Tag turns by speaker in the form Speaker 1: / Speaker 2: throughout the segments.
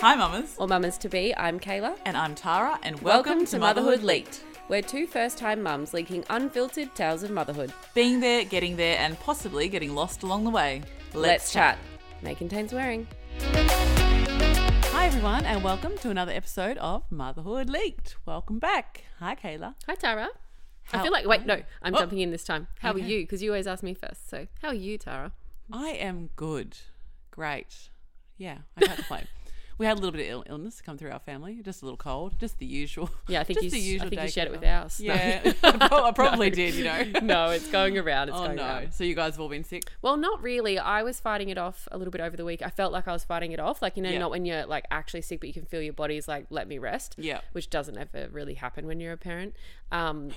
Speaker 1: Hi, mamas.
Speaker 2: or mamas to be, I'm Kayla.
Speaker 1: And I'm Tara, and welcome,
Speaker 2: Welcome
Speaker 1: to,
Speaker 2: to
Speaker 1: Motherhood
Speaker 2: Motherhood
Speaker 1: Leaked.
Speaker 2: We're two first time mums leaking unfiltered tales of motherhood.
Speaker 1: Being there, getting there, and possibly getting lost along the way.
Speaker 2: Let's chat. May contain swearing.
Speaker 1: Hi, everyone, and welcome to another episode of Motherhood Leaked. Welcome back. Hi, Kayla.
Speaker 3: Hi, Tara.
Speaker 1: How-
Speaker 3: I feel like, wait, no, I'm
Speaker 1: Oh.
Speaker 3: jumping in this time. How
Speaker 1: Okay.
Speaker 3: are you? Because you always ask me first. So, how are you, Tara?
Speaker 1: I am good. Great. Yeah, I can't complain. We had a little bit of Ill- illness come through our family, just a little cold, just the usual.
Speaker 3: Yeah, I think,
Speaker 1: just
Speaker 3: you,
Speaker 1: the
Speaker 3: s-
Speaker 1: usual
Speaker 3: I think you
Speaker 1: day
Speaker 3: shared it with
Speaker 1: cold.
Speaker 3: ours. No.
Speaker 1: Yeah, I prob- I probably did, you know.
Speaker 3: no, it's going around. It's
Speaker 1: Oh
Speaker 3: going
Speaker 1: no!
Speaker 3: around.
Speaker 1: So you guys have all been sick.
Speaker 3: Well, not really. I was fighting it off a little bit over the week. I felt like I was fighting it off. Like, you know,
Speaker 1: Yeah.
Speaker 3: not when you're like actually sick, but you can feel your body's like, let me rest.
Speaker 1: Yeah.
Speaker 3: Which doesn't ever really happen when you're a parent. Um,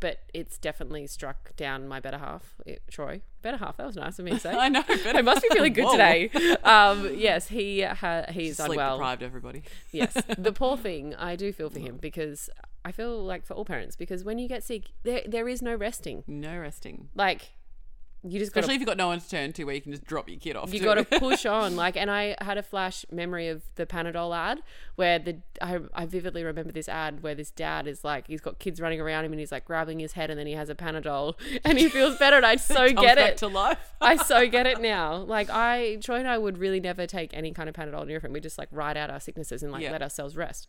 Speaker 3: but it's definitely struck down my better half, it, Troy. Better half. That was nice of me to say.
Speaker 1: I know. But
Speaker 3: I must be feeling good
Speaker 1: Whoa.
Speaker 3: today. Um, yes, he ha- he's
Speaker 1: Sleep
Speaker 3: unwell.
Speaker 1: deprived, everybody.
Speaker 3: yes the poor thing i do feel for him because i feel like for all parents because when you get sick there there is no resting
Speaker 1: No resting.
Speaker 3: like you just
Speaker 1: Especially
Speaker 3: gotta
Speaker 1: if you've got no one to turn to where you can just drop your kid off.
Speaker 3: you
Speaker 1: to.
Speaker 3: gotta push on like and i had a flash memory of the panadol ad where the I, I vividly remember this ad where this dad is like he's got kids running around him and he's like grabbing his head and then he has a panadol and he feels better and i so
Speaker 1: Comes
Speaker 3: get
Speaker 1: back
Speaker 3: it
Speaker 1: to life.
Speaker 3: I so get it now. Like I, Troy and I would really never take any kind of Panadol neoprene. We just like ride out our sicknesses and like
Speaker 1: Yeah.
Speaker 3: let ourselves rest.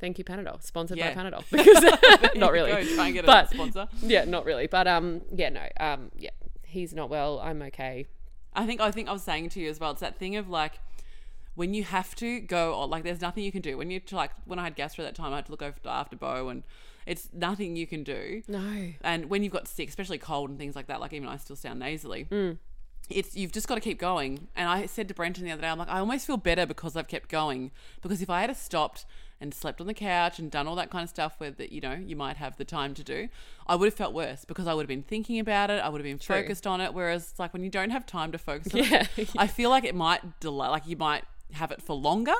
Speaker 3: Thank you, Panadol. Sponsored
Speaker 1: Yeah.
Speaker 3: by Panadol. Because not really.
Speaker 1: Go try and get
Speaker 3: but
Speaker 1: a sponsor.
Speaker 3: yeah, not really. But um, yeah, no. Um, yeah, he's not well. I'm okay.
Speaker 1: I think I think I was saying to you as well. It's that thing of like when you have to go on, like there's nothing you can do. When you like when I had gastro that time, I had to look over after Bo, and it's nothing you can do.
Speaker 3: No.
Speaker 1: And when you've got sick, especially cold and things like that, like even I still sound nasally.
Speaker 3: Mm.
Speaker 1: It's you've just got to keep going. And I said to Brenton the other day, I'm like, I almost feel better because I've kept going. Because if I had have stopped and slept on the couch and done all that kind of stuff where that you know you might have the time to do, I would have felt worse because I would have been thinking about it. I would have been
Speaker 3: True.
Speaker 1: focused on it. Whereas like when you don't have time to focus, on
Speaker 3: Yeah.
Speaker 1: it, I feel like it might delay. Like you might have it for longer.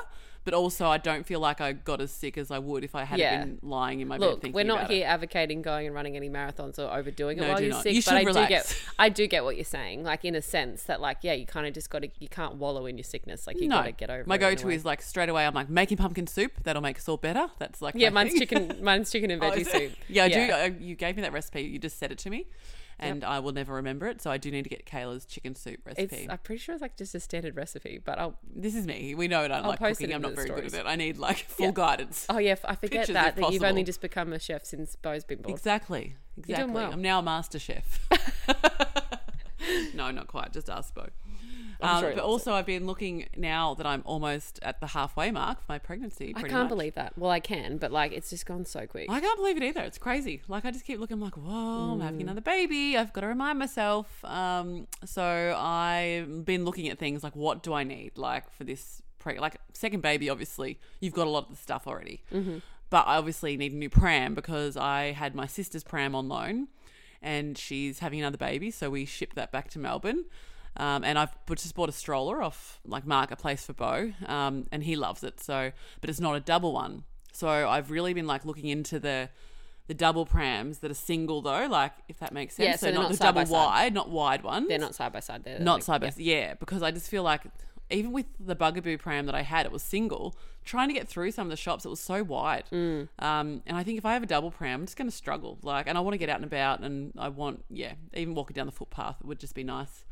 Speaker 1: But also, I don't feel like I got as sick as I would if I had
Speaker 3: Yeah.
Speaker 1: been lying in my bed
Speaker 3: Look,
Speaker 1: thinking
Speaker 3: we're not
Speaker 1: about it.
Speaker 3: here advocating going and running any marathons or overdoing it
Speaker 1: No,
Speaker 3: while
Speaker 1: do
Speaker 3: you're
Speaker 1: not.
Speaker 3: sick.
Speaker 1: You should
Speaker 3: but I do
Speaker 1: relax.
Speaker 3: get, I do get what you're saying. Like in a sense that, like, yeah, you kind of just got to, you can't wallow in your sickness. Like you got to get over.
Speaker 1: My
Speaker 3: it in a
Speaker 1: go-to
Speaker 3: way.
Speaker 1: is like straight away. I'm like making pumpkin soup. That'll make us all better. That's like
Speaker 3: yeah,
Speaker 1: my
Speaker 3: mine's
Speaker 1: thing.
Speaker 3: chicken, mine's chicken and
Speaker 1: Oh,
Speaker 3: veggie
Speaker 1: is it?
Speaker 3: soup.
Speaker 1: Yeah, I do. I, you gave me that recipe. You just said it to me, and I will never remember it. So I do need to get Kayla's chicken soup
Speaker 3: It's,
Speaker 1: recipe.
Speaker 3: I'm pretty sure it's like just a standard recipe, but I'll.
Speaker 1: this is me. We know I don't
Speaker 3: I'll
Speaker 1: like
Speaker 3: post it
Speaker 1: cooking. I'm not
Speaker 3: in the
Speaker 1: very good at
Speaker 3: stories.
Speaker 1: it. I need like full guidance.
Speaker 3: Oh yeah, f- I forget
Speaker 1: Pictures, if
Speaker 3: that that you've
Speaker 1: possible.
Speaker 3: only just become a chef since Bo's been born.
Speaker 1: Exactly. Exactly.
Speaker 3: well.
Speaker 1: I'm now a master chef. no, not quite. Just ask Bo. Um,
Speaker 3: sure he
Speaker 1: but
Speaker 3: loves
Speaker 1: also, I've been looking now that I'm almost at the halfway mark for my pregnancy.
Speaker 3: I
Speaker 1: pretty
Speaker 3: can't
Speaker 1: much.
Speaker 3: believe that. Well, I can, but like it's just gone so quick.
Speaker 1: I can't believe it either. It's crazy. Like I just keep looking. I'm like, whoa, I'm having another baby. I've got to remind myself. Um, so I've been looking at things like, what do I need, like for this pre, like second baby? Obviously, you've got a lot of the stuff already, but I obviously need a new pram because I had my sister's pram on loan, and she's having another baby, so we shipped that back to Melbourne. Um, and I've bu- just bought a stroller off like marketplace for Bo, um, and he loves it. So, but it's not a double one. So I've really been like looking into the the double prams that are single though, like if that makes sense.
Speaker 3: Yeah, so
Speaker 1: not,
Speaker 3: they're not
Speaker 1: the
Speaker 3: side by
Speaker 1: double
Speaker 3: side.
Speaker 1: wide, not wide ones.
Speaker 3: They're not side by side. They're
Speaker 1: not
Speaker 3: like-
Speaker 1: side by side. Yeah, because I just feel like even with the Bugaboo pram that I had, it was single. Trying to get through some of the shops, it was so wide.
Speaker 3: Mm.
Speaker 1: Um, and I think if I have a double pram, I'm just going to struggle. Like, and I want to get out and about, and I want, yeah, even walking down the footpath it would just be nice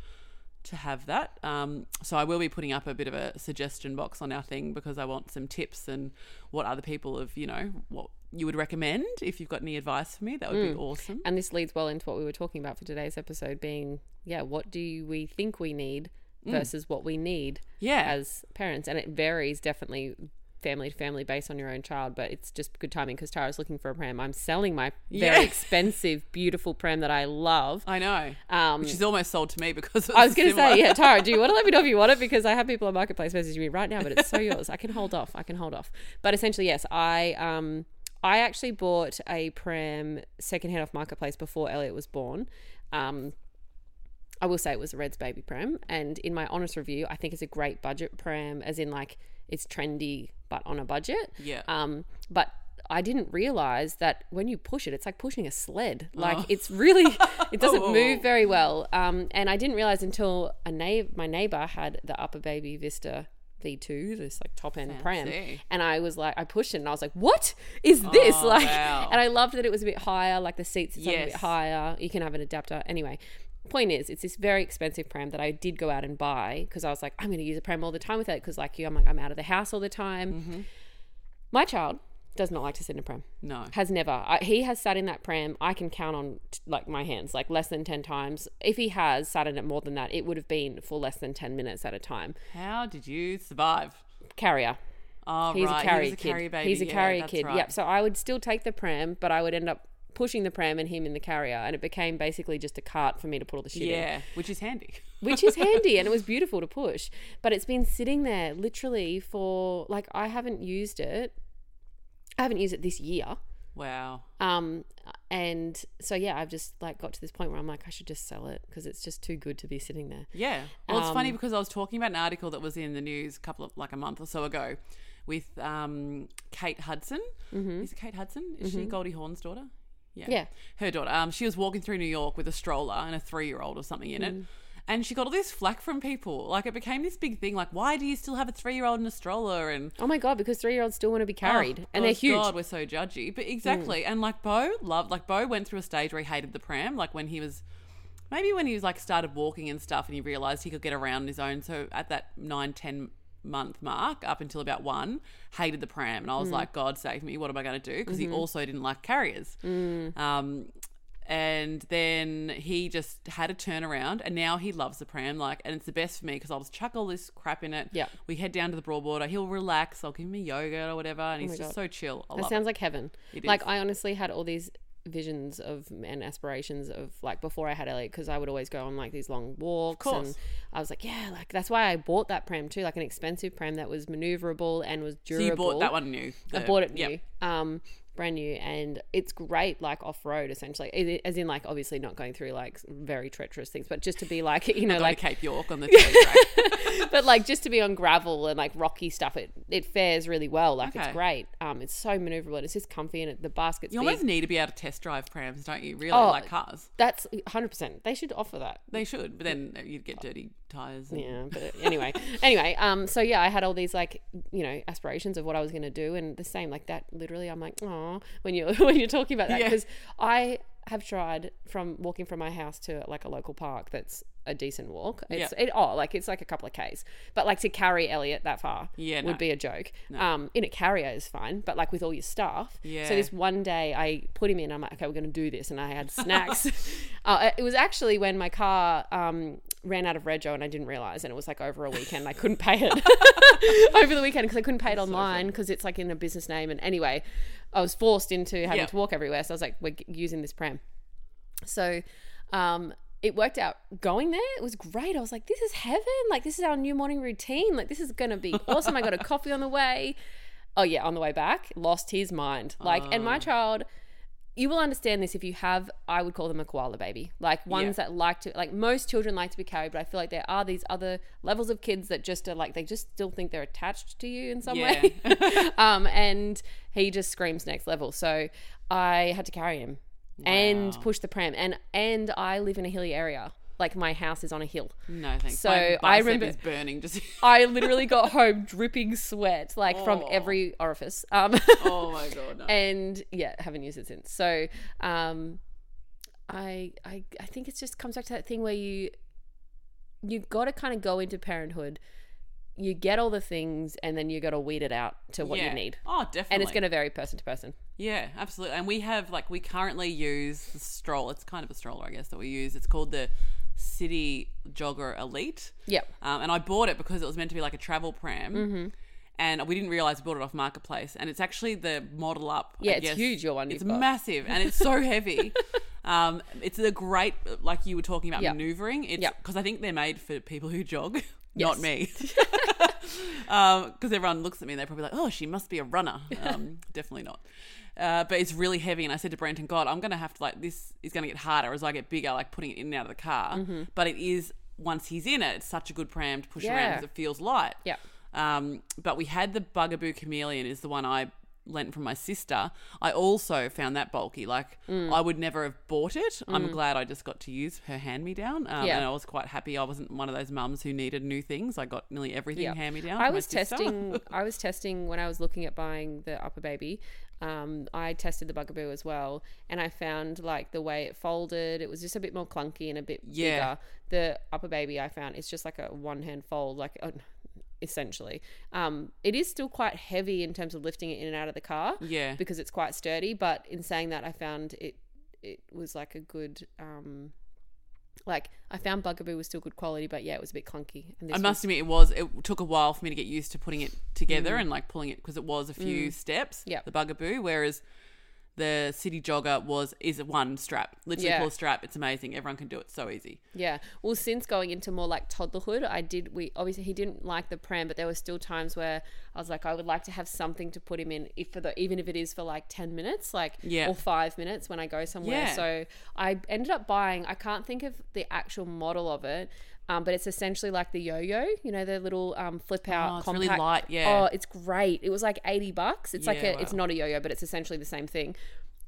Speaker 1: to have that. Um, so I will be putting up a bit of a suggestion box on our thing because I want some tips and what other people have, you know, what you would recommend. If you've got any advice for me, that would
Speaker 3: Mm.
Speaker 1: be awesome.
Speaker 3: And this leads well into what we were talking about for today's episode, being yeah, what do we think we need versus what we need
Speaker 1: Yeah.
Speaker 3: as parents, and it varies definitely family to family based on your own child but it's just good timing because tara's looking for a pram i'm selling my
Speaker 1: Yeah.
Speaker 3: very expensive beautiful pram that i love
Speaker 1: I know.
Speaker 3: um
Speaker 1: Which is almost sold to me because
Speaker 3: I was going
Speaker 1: going
Speaker 3: to say, yeah, Tara, do you want to let me know if you want it? Because I have people on Marketplace messaging me right now, but it's so yours. I can hold off. I can hold off. But essentially, yes, I um I actually bought a pram secondhand off Marketplace before Elliot was born. Um, I will say it was a Reds baby pram, and in my honest review, I think it's a great budget pram, as in like it's trendy but on a budget.
Speaker 1: Yeah.
Speaker 3: Um, but I didn't realize that when you push it, it's like pushing a sled.
Speaker 1: Oh.
Speaker 3: Like it's really, it doesn't move very well. Um, and I didn't realize until a na- my neighbor had the upper baby Vista V2, this like top end pram.
Speaker 1: Fancy.
Speaker 3: And I was like, I pushed it and I was like, what is this?
Speaker 1: Oh,
Speaker 3: like,
Speaker 1: wow.
Speaker 3: and I loved that it was a bit higher, like the seats it's a
Speaker 1: Yes.
Speaker 3: bit higher. You can have an adapter. Anyway, point is, it's this very expensive pram that I did go out and buy because I was like, I'm going to use a pram all the time with it because, like you, I'm like, I'm out of the house all the time. My child does not like to sit in a pram.
Speaker 1: No.
Speaker 3: Has never. I, he has sat in that pram. I can count on t- like my hands, like less than 10 times. If he has sat in it more than that, it would have been for less than 10 minutes at a time.
Speaker 1: How did you survive?
Speaker 3: Carrier.
Speaker 1: Oh,
Speaker 3: He's
Speaker 1: right.
Speaker 3: a carry
Speaker 1: He was a
Speaker 3: kid.
Speaker 1: carry baby.
Speaker 3: He's a
Speaker 1: Yeah,
Speaker 3: carrier
Speaker 1: that's
Speaker 3: kid.
Speaker 1: right.
Speaker 3: Yep. So I would still take the pram, but I would end up pushing the pram and him in the carrier, and it became basically just a cart for me to put all the shit in,
Speaker 1: Yeah, which is handy.
Speaker 3: which is handy and it was beautiful to push. But it's been sitting there literally for like I haven't used it. I haven't used it this year.
Speaker 1: Wow.
Speaker 3: Um, and so yeah, I've just like got to this point where I'm like, I should just sell it because it's just too good to be sitting there.
Speaker 1: Yeah. Well, it's
Speaker 3: Um,
Speaker 1: funny because I was talking about an article that was in the news a couple of like a month or so ago with um, Kate Hudson. Is it Kate Hudson? Is she Goldie Hawn's daughter? Yeah.
Speaker 3: Mm-hmm. Yeah.
Speaker 1: Her daughter. Um, she was walking through New York with a stroller and a three year old or something in
Speaker 3: Mm.
Speaker 1: it. And she got all this flack from people. Like it became this big thing. Like, why do you still have a three year old and a stroller? And
Speaker 3: Oh my god, because three year olds still want to be carried
Speaker 1: Oh,
Speaker 3: and they're
Speaker 1: gosh,
Speaker 3: huge. Mm.
Speaker 1: God, we're so judgy. But exactly. And like Bo loved, like Bo went through a stage where he hated the pram. Like when he was, maybe when he was like started walking and stuff and he realized he could get around on his own. So at that nine, 10 month mark up until about one, hated the pram. And I
Speaker 3: Mm.
Speaker 1: was like, God save me. What am I going to do? Because
Speaker 3: Mm-hmm.
Speaker 1: he also didn't like carriers.
Speaker 3: Mm.
Speaker 1: Um, and then he just had a turnaround and now he loves the pram like and it's the best for me because i'll just chuck all this crap in it
Speaker 3: Yeah.
Speaker 1: we head down to the broadwater he'll relax i'll give him a yogurt or whatever and he's
Speaker 3: Oh my
Speaker 1: just
Speaker 3: God.
Speaker 1: so chill I
Speaker 3: That
Speaker 1: love
Speaker 3: sounds like heaven.
Speaker 1: It
Speaker 3: like
Speaker 1: is.
Speaker 3: I honestly had all these visions of and aspirations of like before I had Elliot because I would always go on like these long walks and
Speaker 1: course.
Speaker 3: I was like yeah like that's why I bought that pram too like an expensive pram that was maneuverable and was
Speaker 1: it.
Speaker 3: durable.
Speaker 1: so you bought that one new
Speaker 3: I
Speaker 1: the-
Speaker 3: bought it new,
Speaker 1: yep.
Speaker 3: um, brand new, and it's great, like off road, essentially. It- As in, like obviously not going through like very treacherous things, but just to be like you know,
Speaker 1: Going
Speaker 3: like
Speaker 1: to cape york on the three track.
Speaker 3: but like just to be on gravel and like rocky stuff, it it fares really well. Like
Speaker 1: Okay.
Speaker 3: it's great. Um, it's so maneuverable and it's just comfy and it, the basket's
Speaker 1: you
Speaker 3: big.
Speaker 1: almost need to be able to test drive prams don't you really
Speaker 3: Oh.
Speaker 1: like cars
Speaker 3: That's hundred percent. They should offer that.
Speaker 1: they should but then you'd get dirty tires and
Speaker 3: Yeah, but anyway, anyway, um, so yeah, I had all these like you know aspirations of what I was gonna do, and the same like that. Literally, I'm like, oh, when you are when you're talking about that,
Speaker 1: Yeah.
Speaker 3: because I have tried from walking from my house to like a local park that's a decent walk. It's it oh like it's like a couple of k's, but like to carry Elliot that far
Speaker 1: Yeah,
Speaker 3: would
Speaker 1: no.
Speaker 3: be a joke. Um, in a carrier is fine, but like with all your stuff.
Speaker 1: Yeah.
Speaker 3: So this one day I put him in. I'm like, okay, we're gonna do this, and I had snacks. uh, it was actually when my car um, ran out of rego, and I didn't realize, and it was like over a weekend. I couldn't pay it over the weekend because I couldn't pay it online because it's like in a business name. And anyway, I was forced into having
Speaker 1: Yeah.
Speaker 3: to walk everywhere. So I was like, we're g- using this pram. So um, it worked out going there. It was great. I was like, this is heaven. Like, this is our new morning routine. Like, this is going to be awesome. I got a coffee on the way. Oh, yeah, on the way back, lost his mind. Like, and my child, you will understand this if you have, I would call them a koala baby. Like, ones that like to, like, most children like to be carried, but I feel like there are these other levels of kids that just are like, they just still think they're attached to you in some way. um, and he just screams next level. So I had to carry him and push the pram, and and I live in a hilly area. Like my house is on a hill.
Speaker 1: no thanks
Speaker 3: So,
Speaker 1: My
Speaker 3: I
Speaker 1: bicep
Speaker 3: remember-
Speaker 1: is burning just
Speaker 3: I literally got home dripping sweat, like from every orifice. Um,
Speaker 1: oh my god no.
Speaker 3: and yeah, haven't used it since. So, um, I I I think it just comes back to that thing where you you got to kind of go into parenthood. You get all the things, and then you got to weed it out to what
Speaker 1: yeah.
Speaker 3: you need,
Speaker 1: oh definitely
Speaker 3: and it's going to vary person to person.
Speaker 1: Yeah, absolutely. And we have like we currently use the stroll. It's kind of a stroller, I guess, that we use. It's called the City Jogger Elite.
Speaker 3: Yep. Mm-hmm.
Speaker 1: Um, and I bought it because it was meant to be like a travel pram. And we didn't realize we bought it off marketplace. And it's actually the model up.
Speaker 3: Yeah,
Speaker 1: I
Speaker 3: it's
Speaker 1: guess.
Speaker 3: huge, your one
Speaker 1: It's
Speaker 3: you've got.
Speaker 1: massive and it's so heavy. um, it's a great, like you were talking about
Speaker 3: Yeah.
Speaker 1: maneuvering. It's
Speaker 3: Yeah.
Speaker 1: because I think they're made for people who jog,
Speaker 3: Yes.
Speaker 1: not me. because Um, everyone looks at me and they're probably like, "Oh, she must be a runner." Um, definitely not. Uh, but it's really heavy, and I said to Brenton, "God, I'm gonna have to like this is gonna get harder as I get bigger, like putting it in and out of the car."
Speaker 3: Mm-hmm.
Speaker 1: But it is once he's in it, it's such a good pram to push around
Speaker 3: Yeah.
Speaker 1: because it feels light.
Speaker 3: Yeah.
Speaker 1: Um, but we had the Bugaboo Chameleon is the one I lent from my sister, I also found that bulky. Like
Speaker 3: Mm.
Speaker 1: I would never have bought it. I'm glad I just got to use her hand me down. Um,
Speaker 3: Yeah.
Speaker 1: And I was quite happy. I wasn't one of those mums who needed new things. I got nearly everything
Speaker 3: Yeah.
Speaker 1: hand me down.
Speaker 3: I was testing. I was testing when I was looking at buying the upper baby. Um, I tested the Bugaboo as well, and I found like the way it folded. It was just a bit more clunky and a bit
Speaker 1: Yeah.
Speaker 3: bigger. The upper baby I found it's just like a one hand fold, like uh, essentially. Um, it is still quite heavy in terms of lifting it in and out of the car.
Speaker 1: Yeah.
Speaker 3: because it's quite sturdy. But in saying that, I found it it was like a good. Um, like I found Bugaboo was still good quality, but yeah, it was a bit clunky. And this
Speaker 1: I
Speaker 3: was- Mm.
Speaker 1: must admit, it was. It took a while for me to get used to putting it together and like pulling it because it was a few steps.
Speaker 3: Yep.
Speaker 1: the bugaboo. Whereas the city jogger was is one strap, literally
Speaker 3: Yeah.
Speaker 1: pull a strap. It's amazing. Everyone can do it so easy.
Speaker 3: Yeah. Well, since going into more like toddlerhood, I did. We obviously he didn't like the pram, but there were still times where I was like, I would like to have something to put him in, if for the even if it is for like ten minutes, like
Speaker 1: Yeah.
Speaker 3: or five minutes when I go somewhere.
Speaker 1: Yeah.
Speaker 3: So I ended up buying. I can't think of the actual model of it. Um, but it's essentially like the yo-yo, you know, the little um, flip out.
Speaker 1: Oh, it's really
Speaker 3: compact-
Speaker 1: light, yeah.
Speaker 3: Oh, it's great. It was like eighty bucks. It's like
Speaker 1: Yeah,
Speaker 3: a, it's
Speaker 1: wow.
Speaker 3: not a yo-yo, but it's essentially the same thing.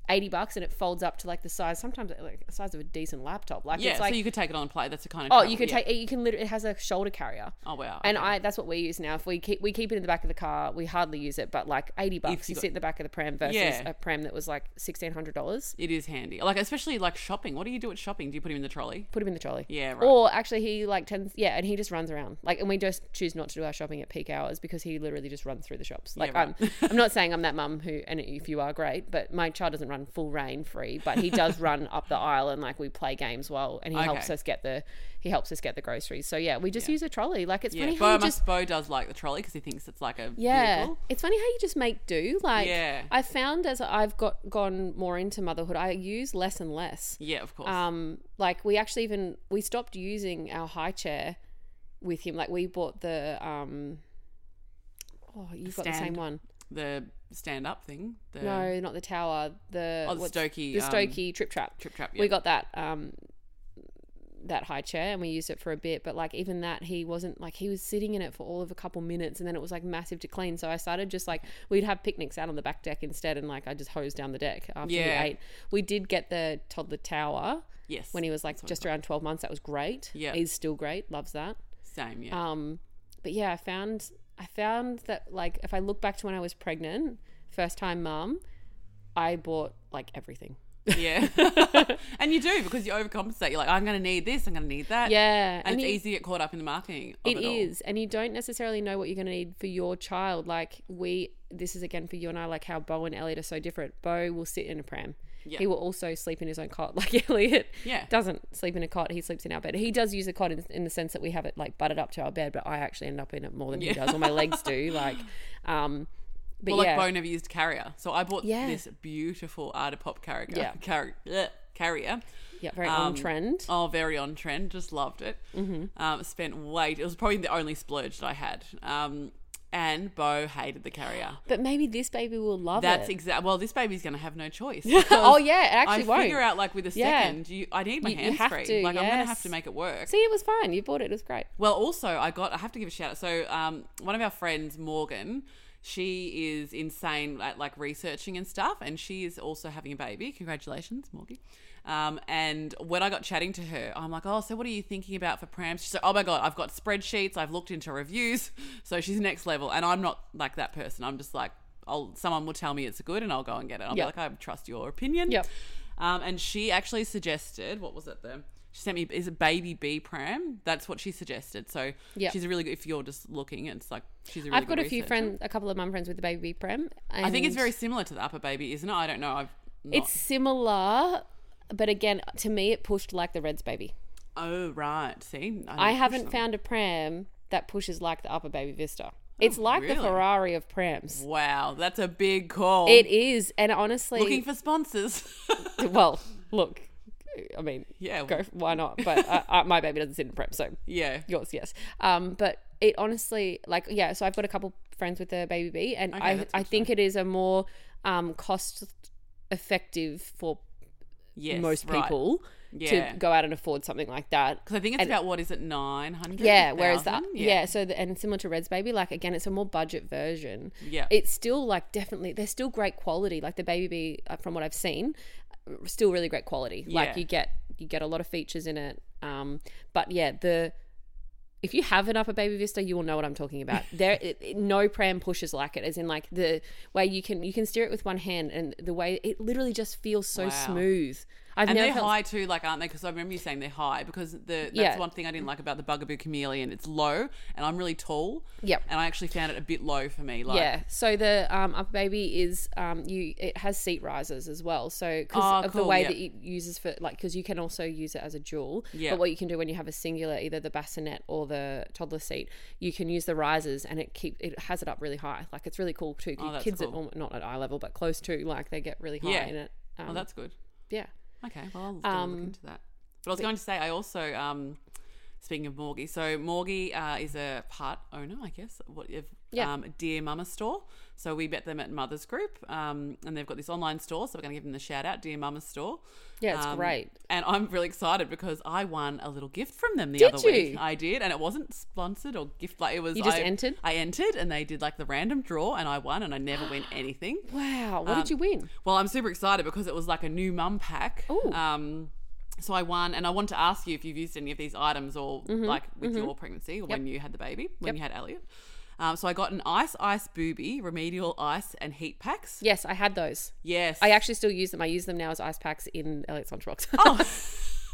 Speaker 3: Eighty bucks, and it folds up to like the size, sometimes like the size of a decent laptop. Like
Speaker 1: Yeah,
Speaker 3: it's like
Speaker 1: so you could take it on a plate. That's the kind of
Speaker 3: Oh,
Speaker 1: travel,
Speaker 3: you could
Speaker 1: yeah.
Speaker 3: take you can literally it has a shoulder carrier.
Speaker 1: Oh wow,
Speaker 3: And
Speaker 1: okay.
Speaker 3: I that's what we use now. If we keep we keep it in the back of the car, we hardly use it, but like eighty bucks,
Speaker 1: you
Speaker 3: you,
Speaker 1: got-
Speaker 3: sit in the back of the pram versus
Speaker 1: Yeah.
Speaker 3: a pram that was like sixteen hundred dollars.
Speaker 1: It is handy, like especially like shopping. What do you do at shopping? Do you put him in the trolley?
Speaker 3: Put him in the trolley.
Speaker 1: Yeah, right.
Speaker 3: Or actually, he like tends yeah, and he just runs around like, and we just choose not to do our shopping at peak hours because he literally just runs through the shops. Like
Speaker 1: right.
Speaker 3: I'm I'm not saying I'm that mum who, and if you are great, but my child doesn't run full rain free, but he does run up the aisle and like we play games while, and he helps
Speaker 1: Okay.
Speaker 3: us get the he helps us get the groceries. So yeah, we just use a trolley. Like it's
Speaker 1: Yeah,
Speaker 3: funny
Speaker 1: Bo,
Speaker 3: how you
Speaker 1: must,
Speaker 3: just
Speaker 1: Bo does like the trolley because he thinks it's like a
Speaker 3: Yeah,
Speaker 1: vehicle.
Speaker 3: it's funny how you just make do. Like,
Speaker 1: Yeah.
Speaker 3: I found as I've got gone more into motherhood, I use less and less.
Speaker 1: Yeah, of course.
Speaker 3: Um, like we actually even we stopped using our high chair with him. Like we bought the um, oh, you've got the same
Speaker 1: Stand.
Speaker 3: one.
Speaker 1: the stand-up thing. The
Speaker 3: No, not the tower. The
Speaker 1: Oh, the
Speaker 3: what's-
Speaker 1: Stokey,
Speaker 3: the
Speaker 1: um,
Speaker 3: Stokey trip trap.
Speaker 1: trip trap.
Speaker 3: We
Speaker 1: yeah.
Speaker 3: got that um that high chair and we used it for a bit, but like even that he wasn't like he was sitting in it for all of a couple minutes and then it was like massive to clean. So I started just like we'd have picnics out on the back deck instead and like I just hosed down the deck after
Speaker 1: Yeah.
Speaker 3: he ate. We did get the toddler tower
Speaker 1: yes.
Speaker 3: when he was like just around twelve months. That was great.
Speaker 1: Yeah.
Speaker 3: He's still great, loves that.
Speaker 1: same. Yeah.
Speaker 3: Um, but yeah, I found I found that like if I look back to when I was pregnant, first time mum, I bought like everything.
Speaker 1: Yeah. and you do because you overcompensate. You're like, I'm going to need this, I'm going to need that.
Speaker 3: Yeah,
Speaker 1: And, it's
Speaker 3: you-
Speaker 1: easy to get caught up in the marketing. Of
Speaker 3: It
Speaker 1: it, all.
Speaker 3: is, and you don't necessarily know what you're going to need for your child. Like we, this is again for you and I, like how Bo and Elliot are so different. Bo will sit in a pram.
Speaker 1: Yeah.
Speaker 3: He will also sleep in his own cot. Like Elliot
Speaker 1: Yeah.
Speaker 3: doesn't sleep in a cot. He sleeps in our bed. He does use a cot in, in the sense that we have it like butted up to our bed, but I actually end up in it more than he does, or my legs do. Like, um, but
Speaker 1: Well, like
Speaker 3: yeah,
Speaker 1: Bo never used carrier. So I bought
Speaker 3: Yeah.
Speaker 1: this beautiful Art of Pop carrier.
Speaker 3: Yeah.
Speaker 1: Carri- bleh, carrier.
Speaker 3: yeah, very
Speaker 1: um,
Speaker 3: on trend.
Speaker 1: Oh, very on trend. Just loved it. Mm-hmm. Um, spent way. It was probably the only splurge that I had. Um, and Bo hated the carrier.
Speaker 3: But maybe this baby will love
Speaker 1: That's
Speaker 3: it.
Speaker 1: exact. Well, this baby's going to have no choice.
Speaker 3: oh yeah, it actually
Speaker 1: I
Speaker 3: won't.
Speaker 1: figure out like with a
Speaker 3: Yeah.
Speaker 1: second, you, I need my
Speaker 3: You- you
Speaker 1: hands
Speaker 3: have
Speaker 1: free.
Speaker 3: to,
Speaker 1: like I'm going to have
Speaker 3: yes.
Speaker 1: to make it work.
Speaker 3: See, it was fine. You bought it. It was great.
Speaker 1: Well, also, I got, I have to give a shout out. So, um, one of our friends, Morgan, she is insane at like researching and stuff, and she is also having a baby. Congratulations, Morgan. Um, and when I got chatting to her, I'm like, oh, so what are you thinking about for prams? She's like, oh my God, I've got spreadsheets, I've looked into reviews. So she's next level. And I'm not like that person. I'm just like, I'll, someone will tell me it's good and I'll go and get it. I'll
Speaker 3: Yep.
Speaker 1: be like, I trust your opinion.
Speaker 3: Yep.
Speaker 1: Um, and she actually suggested, what was it? The she sent me is it baby bee pram? That's what she suggested. So
Speaker 3: Yeah.
Speaker 1: she's a really good. If you're just looking, it's like she's a really.
Speaker 3: I've got
Speaker 1: good
Speaker 3: a few
Speaker 1: researcher.
Speaker 3: friends, a couple of mum friends with the baby prem. And
Speaker 1: I think it's very similar to the upper baby, isn't it? I don't know. I've not.
Speaker 3: It's similar, but again, to me, it pushed like the Reds baby.
Speaker 1: oh right. See,
Speaker 3: I
Speaker 1: didn't push
Speaker 3: haven't
Speaker 1: them.
Speaker 3: found a pram that pushes like the upper baby Vista. It's like the
Speaker 1: Oh, really?
Speaker 3: Ferrari of prams.
Speaker 1: Wow, that's a big call.
Speaker 3: It is, and honestly,
Speaker 1: looking for sponsors.
Speaker 3: well, look, I mean,
Speaker 1: Yeah.
Speaker 3: go why not? But I, I, my baby doesn't sit in prep, so
Speaker 1: yeah.
Speaker 3: yours, yes. Um, but it honestly, like, yeah. So I've got a couple friends with the baby bee, and I,
Speaker 1: that's
Speaker 3: I think it is a more um cost effective for
Speaker 1: Yes.
Speaker 3: most
Speaker 1: right.
Speaker 3: people
Speaker 1: Yeah.
Speaker 3: to go out and afford something like that.
Speaker 1: Because I think it's about what is it nine hundred?
Speaker 3: Yeah, whereas the yeah, so the, and similar to Red's Baby, like again, it's a more budget version.
Speaker 1: Yeah.
Speaker 3: it's still like definitely they're still great quality. Like the Baby Bee, uh, from what I've seen, uh, still really great quality. Like
Speaker 1: Yeah.
Speaker 3: you get you get a lot of features in it. Um, but yeah, the if you have an upper baby vista, you will know what I'm talking about. There, it, it- no pram pushes like it, as in like the way you can you can steer it with one hand, and the way it literally just feels so
Speaker 1: Wow.
Speaker 3: smooth. I've
Speaker 1: and
Speaker 3: never
Speaker 1: they're
Speaker 3: felt
Speaker 1: high too, like aren't they? Because I remember you saying they're high because the that's
Speaker 3: Yeah.
Speaker 1: one thing I didn't like about the Bugaboo Chameleon. It's low, and I'm really tall.
Speaker 3: Yep.
Speaker 1: and I actually found it a bit low for me. Like,
Speaker 3: yeah. So the um, upper baby is um, you. It has seat risers as well. So because
Speaker 1: Oh,
Speaker 3: of the
Speaker 1: cool,
Speaker 3: way
Speaker 1: yeah.
Speaker 3: that it uses for like because you can also use it as a dual.
Speaker 1: Yeah.
Speaker 3: But what you can do when you have a singular, either the bassinet or the toddler seat, you can use the risers and it keep it has it up really high. Like it's really cool too.
Speaker 1: Oh, that's
Speaker 3: Kids at
Speaker 1: cool.
Speaker 3: at not at eye level but close to like they get really high
Speaker 1: Yeah.
Speaker 3: in it. Um,
Speaker 1: oh, that's good.
Speaker 3: yeah.
Speaker 1: Okay, well, I'll still
Speaker 3: Um,
Speaker 1: look into that. But I was going to say, I also, um, speaking of Morgie, so Morgie uh, is a part owner, I guess, what if
Speaker 3: Yeah.
Speaker 1: um, Dear Mama store. So we met them at Mother's Group, um, and they've got this online store. So we're going to give them the shout out, Dear Mama store.
Speaker 3: Yeah, it's
Speaker 1: Um,
Speaker 3: great.
Speaker 1: And I'm really excited because I won a little gift from them the
Speaker 3: Did
Speaker 1: other week.
Speaker 3: you?
Speaker 1: I did, and it wasn't sponsored or gift. Like it was.
Speaker 3: You just
Speaker 1: I-
Speaker 3: entered?
Speaker 1: I entered, and they did like the random draw, and I won, and I never win anything.
Speaker 3: Wow. What
Speaker 1: Um,
Speaker 3: did you win?
Speaker 1: Well, I'm super excited because it was like a new mum pack.
Speaker 3: Ooh.
Speaker 1: Um, so I won, and I want to ask you if you've used any of these items or
Speaker 3: Mm-hmm,
Speaker 1: like with your pregnancy or when you had the baby, when you had Elliot. Um, so I got an ice, ice booby, remedial ice, and heat packs.
Speaker 3: Yes, I had those.
Speaker 1: Yes,
Speaker 3: I actually still use them. I use them now as ice packs in Elliot's lunchbox.
Speaker 1: Oh,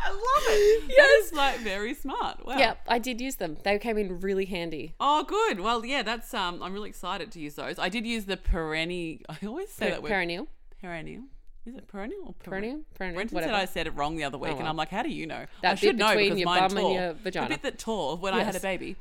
Speaker 1: I love it. That is like very smart. Wow.
Speaker 3: Yep, I did use them. They came in really handy.
Speaker 1: Oh, good. Well, yeah, that's um. I'm really excited to use those. I did use the perennial. I always say that word
Speaker 3: Perineal.
Speaker 1: perennial. Is it perennial or
Speaker 3: Perineal? Perineal?
Speaker 1: Brenton
Speaker 3: whatever. Oh,
Speaker 1: said I said it wrong the other week, and
Speaker 3: well.
Speaker 1: I'm like, how do you know?
Speaker 3: That
Speaker 1: I
Speaker 3: bit
Speaker 1: should know
Speaker 3: between
Speaker 1: because
Speaker 3: your
Speaker 1: mine
Speaker 3: bum and
Speaker 1: tore.
Speaker 3: your
Speaker 1: The
Speaker 3: vagina.
Speaker 1: bit that tore when I had a
Speaker 3: Yes.
Speaker 1: baby.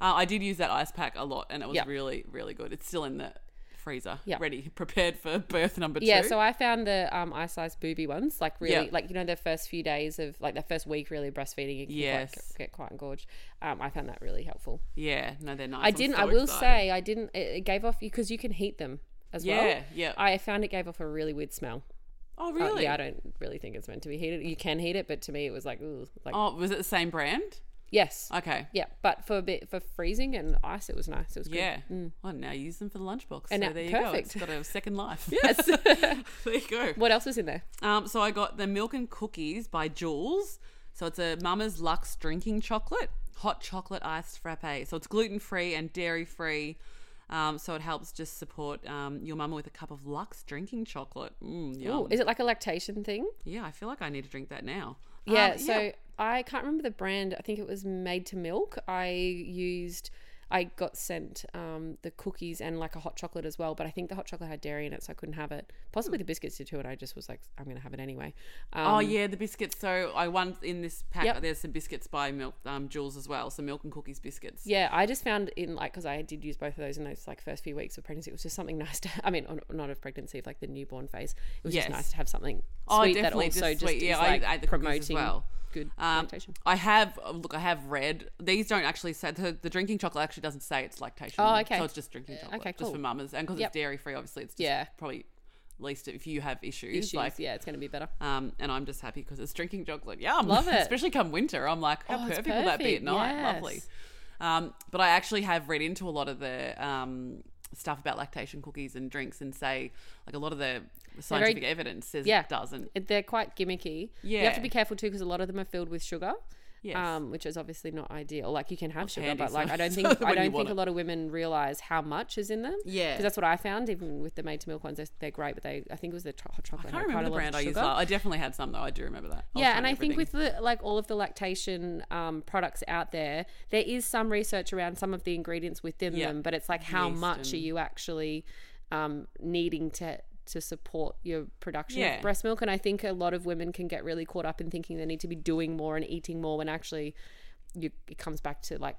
Speaker 1: Uh, I did use that ice pack a lot, and it was
Speaker 3: Yeah.
Speaker 1: really, really good. It's still in the freezer,
Speaker 3: Yeah.
Speaker 1: ready, prepared for birth number two.
Speaker 3: yeah, so I found the um, ice ice booby ones like really
Speaker 1: Yeah.
Speaker 3: like you know the first few days of like the first week really of breastfeeding. You can
Speaker 1: Yes.
Speaker 3: like, get quite engorged. Um, I found that really helpful.
Speaker 1: yeah, no, they're nice.
Speaker 3: I
Speaker 1: I'm
Speaker 3: didn't.
Speaker 1: so
Speaker 3: I will
Speaker 1: excited.
Speaker 3: say I didn't. It, it gave off because you can heat them as well.
Speaker 1: Yeah, yeah.
Speaker 3: I found it gave off a really weird smell.
Speaker 1: Oh,
Speaker 3: Uh,
Speaker 1: really?
Speaker 3: yeah, I don't really think it's meant to be heated. You can heat it, but to me it was like, ooh, like
Speaker 1: Oh, was it the same brand?
Speaker 3: yes,
Speaker 1: Okay.
Speaker 3: yeah. But for a bit for freezing and ice, it was nice. It was good. Mm.
Speaker 1: Yeah. Well, now use them for the lunchbox.
Speaker 3: And
Speaker 1: so
Speaker 3: now-
Speaker 1: there you go. It's
Speaker 3: perfect.
Speaker 1: got a second life.
Speaker 3: Yes.
Speaker 1: there you go.
Speaker 3: what else was in there?
Speaker 1: Um, so I got the milk and cookies by Jules. So it's a Mama's Lux drinking chocolate, hot chocolate iced frappe. So it's gluten free and dairy free. Um, so it helps just support um, your mama with a cup of Lux drinking chocolate. Mm, yum.
Speaker 3: Ooh, is it like a lactation thing?
Speaker 1: yeah, I feel like I need to drink that now. Um,
Speaker 3: Yeah, so I can't remember the brand. I think it was Made to Milk. I used, I got sent um, the cookies and like a hot chocolate as well, but I think the hot chocolate had dairy in it, so I couldn't have it. Possibly the biscuits did too, and I just was like, I'm going to have it anyway. Um,
Speaker 1: Hmm. oh yeah, the biscuits. So I won in this pack.
Speaker 3: Yep.
Speaker 1: There's some biscuits by Milk um, Jules as well. So milk and cookies biscuits.
Speaker 3: Yeah, I just found in like because I did use both of those in those like first few weeks of pregnancy. It was just something nice to. I mean, on- not of pregnancy, of like the newborn phase. It was
Speaker 1: Yes.
Speaker 3: just nice to have something
Speaker 1: Oh,
Speaker 3: sweet that
Speaker 1: definitely,
Speaker 3: also
Speaker 1: just
Speaker 3: just,
Speaker 1: sweet.
Speaker 3: is
Speaker 1: Yeah, I
Speaker 3: like
Speaker 1: ate the cookies
Speaker 3: promoting
Speaker 1: as well.
Speaker 3: good
Speaker 1: Um,
Speaker 3: lactation.
Speaker 1: I have oh, look. I have read these. Don't actually say the, the drinking chocolate actually doesn't say it's lactation.
Speaker 3: Oh, okay.
Speaker 1: So it's just drinking chocolate.
Speaker 3: okay,
Speaker 1: Just for
Speaker 3: cool.
Speaker 1: mamas, and because
Speaker 3: Yep.
Speaker 1: it's dairy free, obviously it's just
Speaker 3: Yeah.
Speaker 1: probably least if you have issues.
Speaker 3: Issues,
Speaker 1: like,
Speaker 3: yeah, it's going to be better.
Speaker 1: um, and I'm just happy because it's drinking chocolate. Yum.
Speaker 3: Love it.
Speaker 1: Especially come winter, I'm like, how
Speaker 3: Oh, it's
Speaker 1: perfect, will that be at
Speaker 3: perfect,
Speaker 1: night?
Speaker 3: yes.
Speaker 1: Lovely. Um, but I actually have read into a lot of the um, stuff about lactation cookies and drinks, and say like a lot of the scientific evidence says
Speaker 3: yeah.
Speaker 1: it doesn't.
Speaker 3: It- They're quite gimmicky. You have
Speaker 1: Yeah.
Speaker 3: to be careful too because a lot of them are filled with sugar.
Speaker 1: Yes.
Speaker 3: Um, which is obviously not ideal. Like you can have sugar,
Speaker 1: candy,
Speaker 3: but like
Speaker 1: so-
Speaker 3: I don't
Speaker 1: so
Speaker 3: think
Speaker 1: when
Speaker 3: I
Speaker 1: you
Speaker 3: don't
Speaker 1: want
Speaker 3: think a
Speaker 1: it.
Speaker 3: lot of women realize how much is in them.
Speaker 1: Yeah.
Speaker 3: because that's what I found. Even with the made to milk ones, they're, they're great, but they I think it was the cho- hot
Speaker 1: I
Speaker 3: chocolate.
Speaker 1: can't
Speaker 3: had quite
Speaker 1: remember
Speaker 3: a
Speaker 1: the
Speaker 3: lot of
Speaker 1: brand I used.
Speaker 3: sugar.
Speaker 1: last- I definitely had some though. I do remember that. I was
Speaker 3: Yeah,
Speaker 1: trying
Speaker 3: and I
Speaker 1: everything.
Speaker 3: think with the like all of the lactation um, products out there, there is some research around some of the ingredients within
Speaker 1: Yeah.
Speaker 3: them, but it's like how
Speaker 1: Yeast
Speaker 3: much are
Speaker 1: and-
Speaker 3: you actually um, needing to to support your production
Speaker 1: Yeah.
Speaker 3: of breast milk? And I think a lot of women can get really caught up in thinking they need to be doing more and eating more when actually you, it comes back to like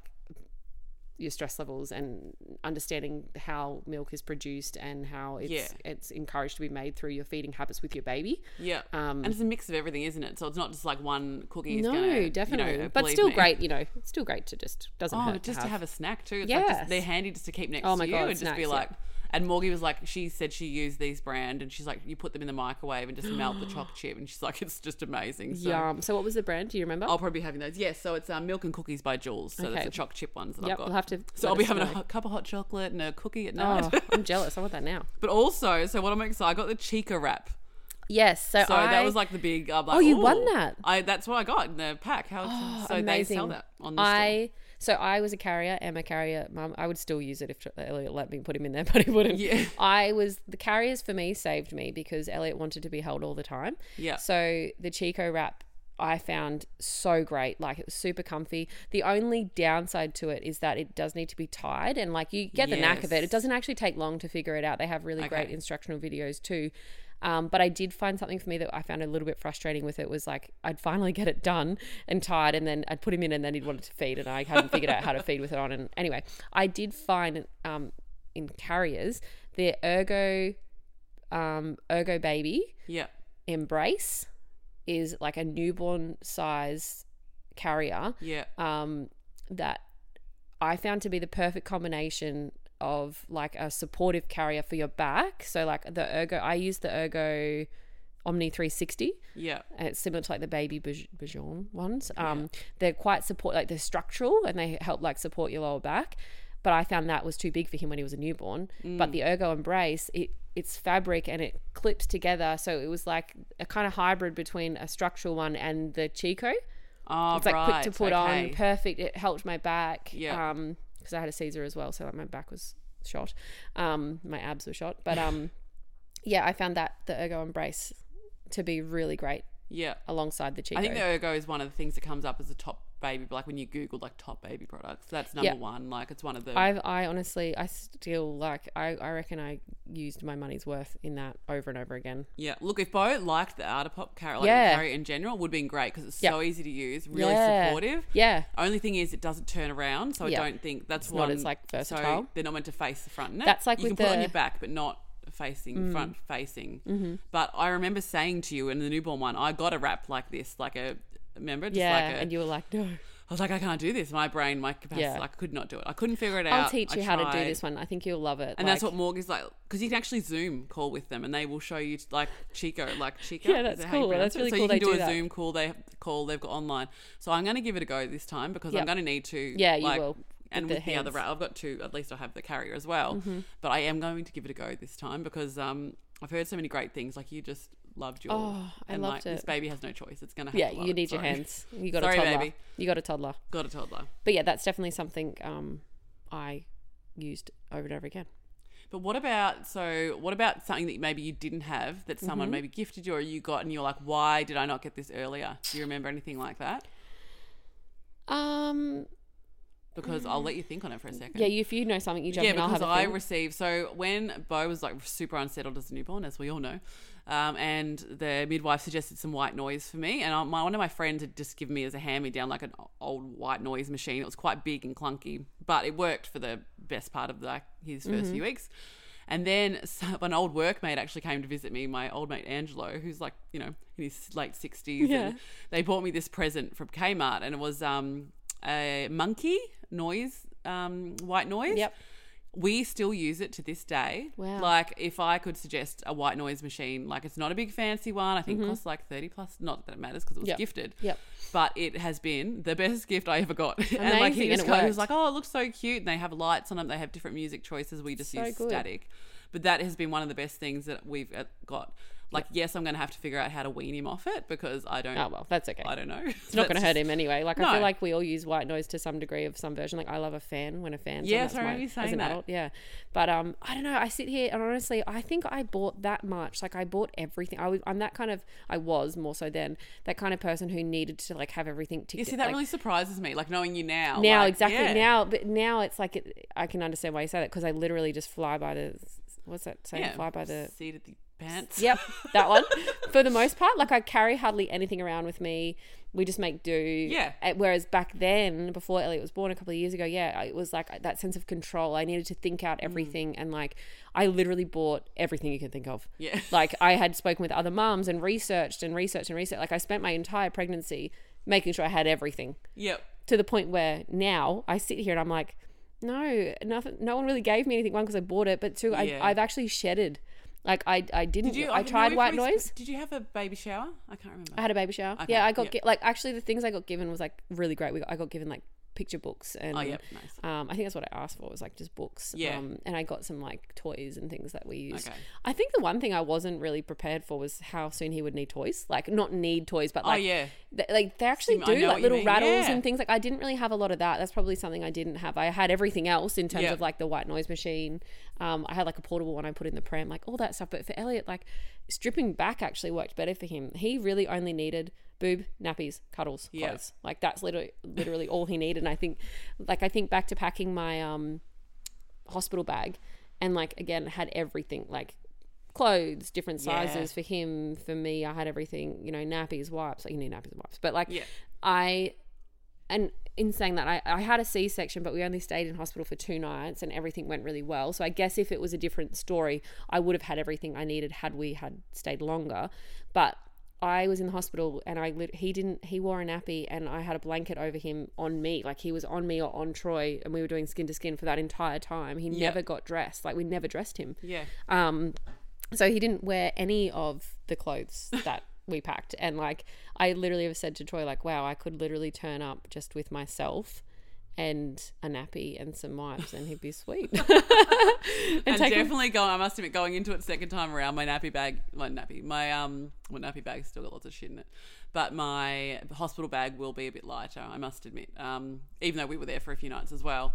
Speaker 3: your stress levels and understanding how milk is produced and how it's it's encouraged to be made through your feeding habits with your baby.
Speaker 1: Yeah.
Speaker 3: Um,
Speaker 1: and it's a mix of everything, isn't it? So it's not just like one cookie is
Speaker 3: No,
Speaker 1: gonna, you know,
Speaker 3: definitely. but
Speaker 1: believe
Speaker 3: still
Speaker 1: me.
Speaker 3: great, you know. It's still great to just doesn't
Speaker 1: Oh,
Speaker 3: hurt
Speaker 1: just to have. a snack too. It's like just,
Speaker 3: Yes.
Speaker 1: they're handy just to keep next
Speaker 3: Oh my
Speaker 1: to you
Speaker 3: God,
Speaker 1: and just be
Speaker 3: snacks,
Speaker 1: like, And Morgie was like, she said she used these brand, and she's like, you put them in the microwave and just melt the chocolate chip, and she's like, it's just amazing. So
Speaker 3: Yum. So what was the brand? Do you remember?
Speaker 1: I'll probably be having those. Yes, so it's um, milk and cookies by Jules. So that's
Speaker 3: Okay.
Speaker 1: the chocolate chip ones that I've
Speaker 3: yep.
Speaker 1: got.
Speaker 3: We'll have to.
Speaker 1: so
Speaker 3: let
Speaker 1: I'll be
Speaker 3: us
Speaker 1: having a
Speaker 3: know.
Speaker 1: hot cup of hot chocolate and a cookie at night.
Speaker 3: Oh, I'm jealous. I want that now.
Speaker 1: But also, so what I'm excited, I got the Chica wrap.
Speaker 3: Yes. So,
Speaker 1: So
Speaker 3: I,
Speaker 1: that was like the big. I'm like,
Speaker 3: Oh, you
Speaker 1: "Ooh."
Speaker 3: won that? Oh,
Speaker 1: I that's what I got in the pack. How so they sell
Speaker 3: amazing.
Speaker 1: that on the store.
Speaker 3: I so I was a carrier. Am a carrier, mum. I would still use it if Elliot let me put him in there, but he wouldn't.
Speaker 1: Yeah.
Speaker 3: I was the carriers for me saved me because Elliot wanted to be held all the time.
Speaker 1: Yeah.
Speaker 3: So the Chico wrap I found so great. Like it was super comfy. The only downside to it is that it does need to be tied and like you get the knack of it.
Speaker 1: Yes.
Speaker 3: It doesn't actually take long to figure it out. They have really great
Speaker 1: Okay.
Speaker 3: instructional videos too. Um, but I did find something for me that I found a little bit frustrating with it was like I'd finally get it done and tied, and then I'd put him in, and then he'd wanted to feed, and I hadn't figured out how to feed with it on. And anyway, I did find um, in carriers the Ergo um, Ergo Baby
Speaker 1: Yeah.
Speaker 3: Embrace is like a newborn size carrier
Speaker 1: Yeah.
Speaker 3: um, that I found to be the perfect combination of like a supportive carrier for your back. So like the Ergo, I use the Ergo Omni 360.
Speaker 1: Yeah.
Speaker 3: And it's similar to like the baby Baj- Bajon ones. Um, They're quite support, like they're structural and they help like support your lower back. But I found that was too big for him when he was a newborn. But the Ergo Embrace, it it's fabric and it clips together, so it was like a kind of hybrid between a structural one and the Chico.
Speaker 1: Oh,
Speaker 3: It's like
Speaker 1: right.
Speaker 3: quick to put
Speaker 1: okay.
Speaker 3: on, perfect. It helped my back.
Speaker 1: Yeah.
Speaker 3: because I had a Caesar as well, so like my back was shot. Um, my abs were shot, but um, yeah, I found that the Ergo Embrace to be really great
Speaker 1: Yeah.
Speaker 3: alongside the Chico.
Speaker 1: I think the Ergo is one of the things that comes up as a top baby, like when you Google like top baby products. That's number
Speaker 3: Yeah.
Speaker 1: one. Like it's one of the.
Speaker 3: I've, I honestly, I still like, I, I reckon I used my money's worth in that over and over again.
Speaker 1: yeah. Look, if Bo liked the Outer Pop carrot, like
Speaker 3: Yeah.
Speaker 1: carrot in general, would have been great because it's
Speaker 3: Yeah.
Speaker 1: so easy to use, really
Speaker 3: Yeah.
Speaker 1: supportive.
Speaker 3: Yeah.
Speaker 1: Only thing is, it doesn't turn around, so
Speaker 3: Yeah.
Speaker 1: I don't think that's
Speaker 3: not
Speaker 1: one.
Speaker 3: as, like,
Speaker 1: So
Speaker 3: versatile.
Speaker 1: they're not meant to face the front. Neck.
Speaker 3: That's like
Speaker 1: you
Speaker 3: with
Speaker 1: can put it on
Speaker 3: the- Mm. Mm-hmm.
Speaker 1: your back, but not facing front facing. But I remember saying to you in the newborn one, I got a wrap like this, like a remember, just
Speaker 3: Yeah.
Speaker 1: like a,
Speaker 3: and you were like, no,
Speaker 1: I was like, I can't do this. My brain, my capacity,
Speaker 3: Yeah.
Speaker 1: I could not do it. I couldn't figure it out.
Speaker 3: I'll teach
Speaker 1: I
Speaker 3: you how to do
Speaker 1: tried.
Speaker 3: this one. I think you'll love it.
Speaker 1: And that's
Speaker 3: Like-
Speaker 1: what Morgan's like, because you can actually Zoom call with them, and they will show you like Chico, like Chico.
Speaker 3: Yeah,
Speaker 1: is
Speaker 3: that's
Speaker 1: that how you
Speaker 3: cool.
Speaker 1: pronounce
Speaker 3: That's
Speaker 1: it?
Speaker 3: really
Speaker 1: so
Speaker 3: cool
Speaker 1: You can
Speaker 3: they
Speaker 1: do,
Speaker 3: do
Speaker 1: a
Speaker 3: that.
Speaker 1: Zoom call. They call they've got online. So I'm going to give it a go this time because
Speaker 3: Yep.
Speaker 1: I'm going to need to.
Speaker 3: Yeah, you
Speaker 1: like,
Speaker 3: will,
Speaker 1: And
Speaker 3: with the
Speaker 1: with the other
Speaker 3: hands. Mm-hmm.
Speaker 1: wrap, I've got two. At least I have the carrier as well. But I am going to give it a go this time because um, I've heard so many great things. Like you just loved your.
Speaker 3: Oh, I
Speaker 1: and
Speaker 3: loved
Speaker 1: like, This
Speaker 3: it.
Speaker 1: baby has no choice. It's going to. have
Speaker 3: yeah,
Speaker 1: to love
Speaker 3: you
Speaker 1: it.
Speaker 3: need your
Speaker 1: Sorry.
Speaker 3: hands. You got
Speaker 1: Sorry,
Speaker 3: a toddler.
Speaker 1: baby.
Speaker 3: You got a toddler.
Speaker 1: Got a toddler.
Speaker 3: But yeah, that's definitely something um, I used over and over again.
Speaker 1: But what about so? What about something that maybe you didn't have that someone maybe gifted you or you got, and you're like, why did I not get this earlier? Do you remember anything like that?
Speaker 3: Um,
Speaker 1: Because I'll let you think on it for a second.
Speaker 3: yeah, you, if you know something, you jump
Speaker 1: yeah,
Speaker 3: in. I'll
Speaker 1: because
Speaker 3: have a
Speaker 1: I
Speaker 3: think.
Speaker 1: received so when Bo was like super unsettled as a newborn, as we all know, um, and the midwife suggested some white noise for me, and I, my one of my friends had just given me as a hand me down like an old white noise machine. It was quite big and clunky, but it worked for the best part of like his 1st
Speaker 3: Mm-hmm.
Speaker 1: few weeks. And then some, an old workmate actually came to visit me, my old mate Angelo, who's like you know in his late sixties.
Speaker 3: Yeah.
Speaker 1: And they bought me this present from Kmart, and it was um, a monkey noise, um, white noise.
Speaker 3: Yep.
Speaker 1: We still use it to this day.
Speaker 3: Wow.
Speaker 1: Like, if I could suggest a white noise machine, like it's not a big fancy one. I think it costs like thirty plus. Not that it matters because it was
Speaker 3: Mm-hmm. Yep.
Speaker 1: gifted.
Speaker 3: Yep.
Speaker 1: But it has been the best gift I ever got. and like
Speaker 3: Amazing,
Speaker 1: he
Speaker 3: and
Speaker 1: just
Speaker 3: it
Speaker 1: kind of was
Speaker 3: worked.
Speaker 1: like, "Oh, it looks so cute." And they have lights on them. They have different music choices. We just
Speaker 3: So
Speaker 1: use
Speaker 3: good.
Speaker 1: static. But that has been one of the best things that we've uh, got. Like, yes, I'm going to have to figure out how to wean him off it because I don't.
Speaker 3: Oh well, that's okay.
Speaker 1: I don't know.
Speaker 3: It's not going to hurt him anyway. Like I
Speaker 1: No.
Speaker 3: feel like we all use white noise to some degree of some version. Like I love a fan when a fan's on.
Speaker 1: Yeah,
Speaker 3: That's
Speaker 1: sorry,
Speaker 3: my-
Speaker 1: you
Speaker 3: as
Speaker 1: saying
Speaker 3: an
Speaker 1: that.
Speaker 3: adult. Yeah, but um, I don't know. I sit here and honestly, I think I bought that much. Like I bought everything. I was, I'm that kind of. I was more so then that kind of person who needed to like have everything.
Speaker 1: You
Speaker 3: ticked-
Speaker 1: see, that
Speaker 3: like,
Speaker 1: really surprises me. Like knowing you now.
Speaker 3: now
Speaker 1: like,
Speaker 3: exactly
Speaker 1: yeah.
Speaker 3: now but now it's like it, i can understand why you say that because i literally just fly by the what's that saying
Speaker 1: Yeah.
Speaker 3: fly by the
Speaker 1: seat of the pants.
Speaker 3: yep that one for the most part like i carry hardly anything around with me we just make do
Speaker 1: Yeah.
Speaker 3: Uh, whereas back then before elliot was born a couple of years ago yeah it was like uh, that sense of control i needed to think
Speaker 1: Mm.
Speaker 3: out everything and like i literally bought everything you can think of
Speaker 1: Yeah.
Speaker 3: like i had spoken with other mums and researched and researched and researched like i spent my entire pregnancy making sure i had everything
Speaker 1: Yep.
Speaker 3: to the point where now I sit here and I'm like, No, nothing. No one really gave me anything. One because I bought it, but two, I,
Speaker 1: Yeah.
Speaker 3: I've actually shedded. Like I, I didn't.
Speaker 1: Did you?
Speaker 3: I
Speaker 1: don't know
Speaker 3: tried
Speaker 1: if
Speaker 3: white
Speaker 1: we-
Speaker 3: noise.
Speaker 1: Did you have a baby shower? I can't remember.
Speaker 3: I had a baby shower.
Speaker 1: Okay,
Speaker 3: Yeah, I got
Speaker 1: yep.
Speaker 3: gi- like actually the things I got given was like really great. We got, I got given like picture books and
Speaker 1: oh, yep, nice.
Speaker 3: um, I think that's what I asked for was like just books.
Speaker 1: Yeah.
Speaker 3: Um, and I got some like toys and things that we used.
Speaker 1: Okay.
Speaker 3: I think the one thing I wasn't really prepared for was how soon he would need toys. Like not need toys, but
Speaker 1: Oh,
Speaker 3: like
Speaker 1: yeah.
Speaker 3: th- like they actually
Speaker 1: Stim- I know
Speaker 3: do
Speaker 1: what
Speaker 3: like
Speaker 1: you
Speaker 3: little
Speaker 1: mean.
Speaker 3: rattles
Speaker 1: Yeah.
Speaker 3: and things. Like I didn't really have a lot of that. That's probably something I didn't have. I had everything else in terms
Speaker 1: Yeah.
Speaker 3: of like the white noise machine. Um, I had like a portable one I put in the pram, like all that stuff. But for Elliot, like stripping back actually worked better for him. He really only needed boob nappies cuddles
Speaker 1: Yeah.
Speaker 3: clothes like that's literally literally all he needed and i think like i think back to packing my um hospital bag and like again had everything like clothes different
Speaker 1: Yeah.
Speaker 3: sizes for him for me i had everything you know nappies wipes like you need nappies and wipes but like
Speaker 1: Yeah.
Speaker 3: i and in saying that I, I had a c-section but we only stayed in hospital for two nights and everything went really well so i guess if it was a different story i would have had everything i needed had we had stayed longer but i was in the hospital and i lit- he didn't he wore a nappy and i had a blanket over him on me like he was on me or on troy and we were doing skin to skin for that entire time he never got dressed like we never dressed him
Speaker 1: Yeah.
Speaker 3: um, so he didn't wear any of the clothes that we packed. And like, I literally have said to Troy, like, wow, I could literally turn up just with myself and a nappy and some wipes and he'd be sweet.
Speaker 1: And
Speaker 3: take 'em-
Speaker 1: definitely go. I must admit, going into it second time around, my nappy bag, my nappy, my um, well, nappy bag's still got lots of shit in it, but my hospital bag will be a bit lighter. I must admit. Um, even though we were there for a few nights as well,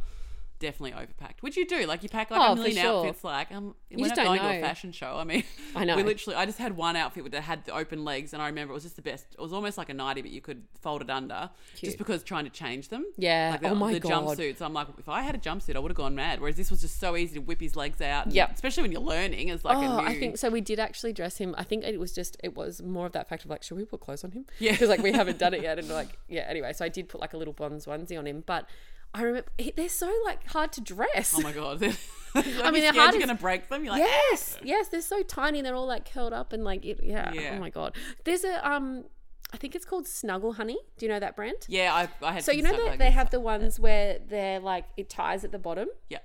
Speaker 1: definitely overpacked. Which you do, like you pack like
Speaker 3: Oh,
Speaker 1: a
Speaker 3: for
Speaker 1: million
Speaker 3: sure.
Speaker 1: outfits. Like um, we're
Speaker 3: just
Speaker 1: not
Speaker 3: don't
Speaker 1: going to a
Speaker 3: know.
Speaker 1: fashion show. I mean,
Speaker 3: I know.
Speaker 1: We literally, I just had one outfit that had the open legs, and I remember it was just the best. It was almost like a nighty, but you could fold it under, just because trying to change them.
Speaker 3: Yeah.
Speaker 1: Like the,
Speaker 3: Oh my
Speaker 1: the
Speaker 3: God.
Speaker 1: jumpsuits. I'm like, if I had a jumpsuit, I would have gone mad. Whereas this was just so easy to whip his legs out. and-
Speaker 3: Yep.
Speaker 1: Especially when you're learning, it's like
Speaker 3: oh,
Speaker 1: a new.
Speaker 3: I think so. We did actually dress him. I think it was just, it was more of that fact of like, should we put clothes on him?
Speaker 1: Yeah.
Speaker 3: Because like we haven't done it yet. And like, yeah, anyway. So I did put like a little bronze onesie on him. But I remember he- they're so like hard to dress.
Speaker 1: Oh my god. I mean,
Speaker 3: mean, they're
Speaker 1: they're
Speaker 3: hard
Speaker 1: You're
Speaker 3: as-
Speaker 1: gonna break them. You're like,
Speaker 3: Yes, yes, they're so tiny. They're all like curled up and like it, yeah.
Speaker 1: Yeah.
Speaker 3: Oh my god. There's a um, I think it's called Snuggle Honey. Do you know that brand?
Speaker 1: yeah. I, I had.
Speaker 3: So you
Speaker 1: some
Speaker 3: know
Speaker 1: stuff
Speaker 3: that
Speaker 1: like
Speaker 3: they
Speaker 1: this.
Speaker 3: have the ones where they're like it ties at the bottom,
Speaker 1: Yeah.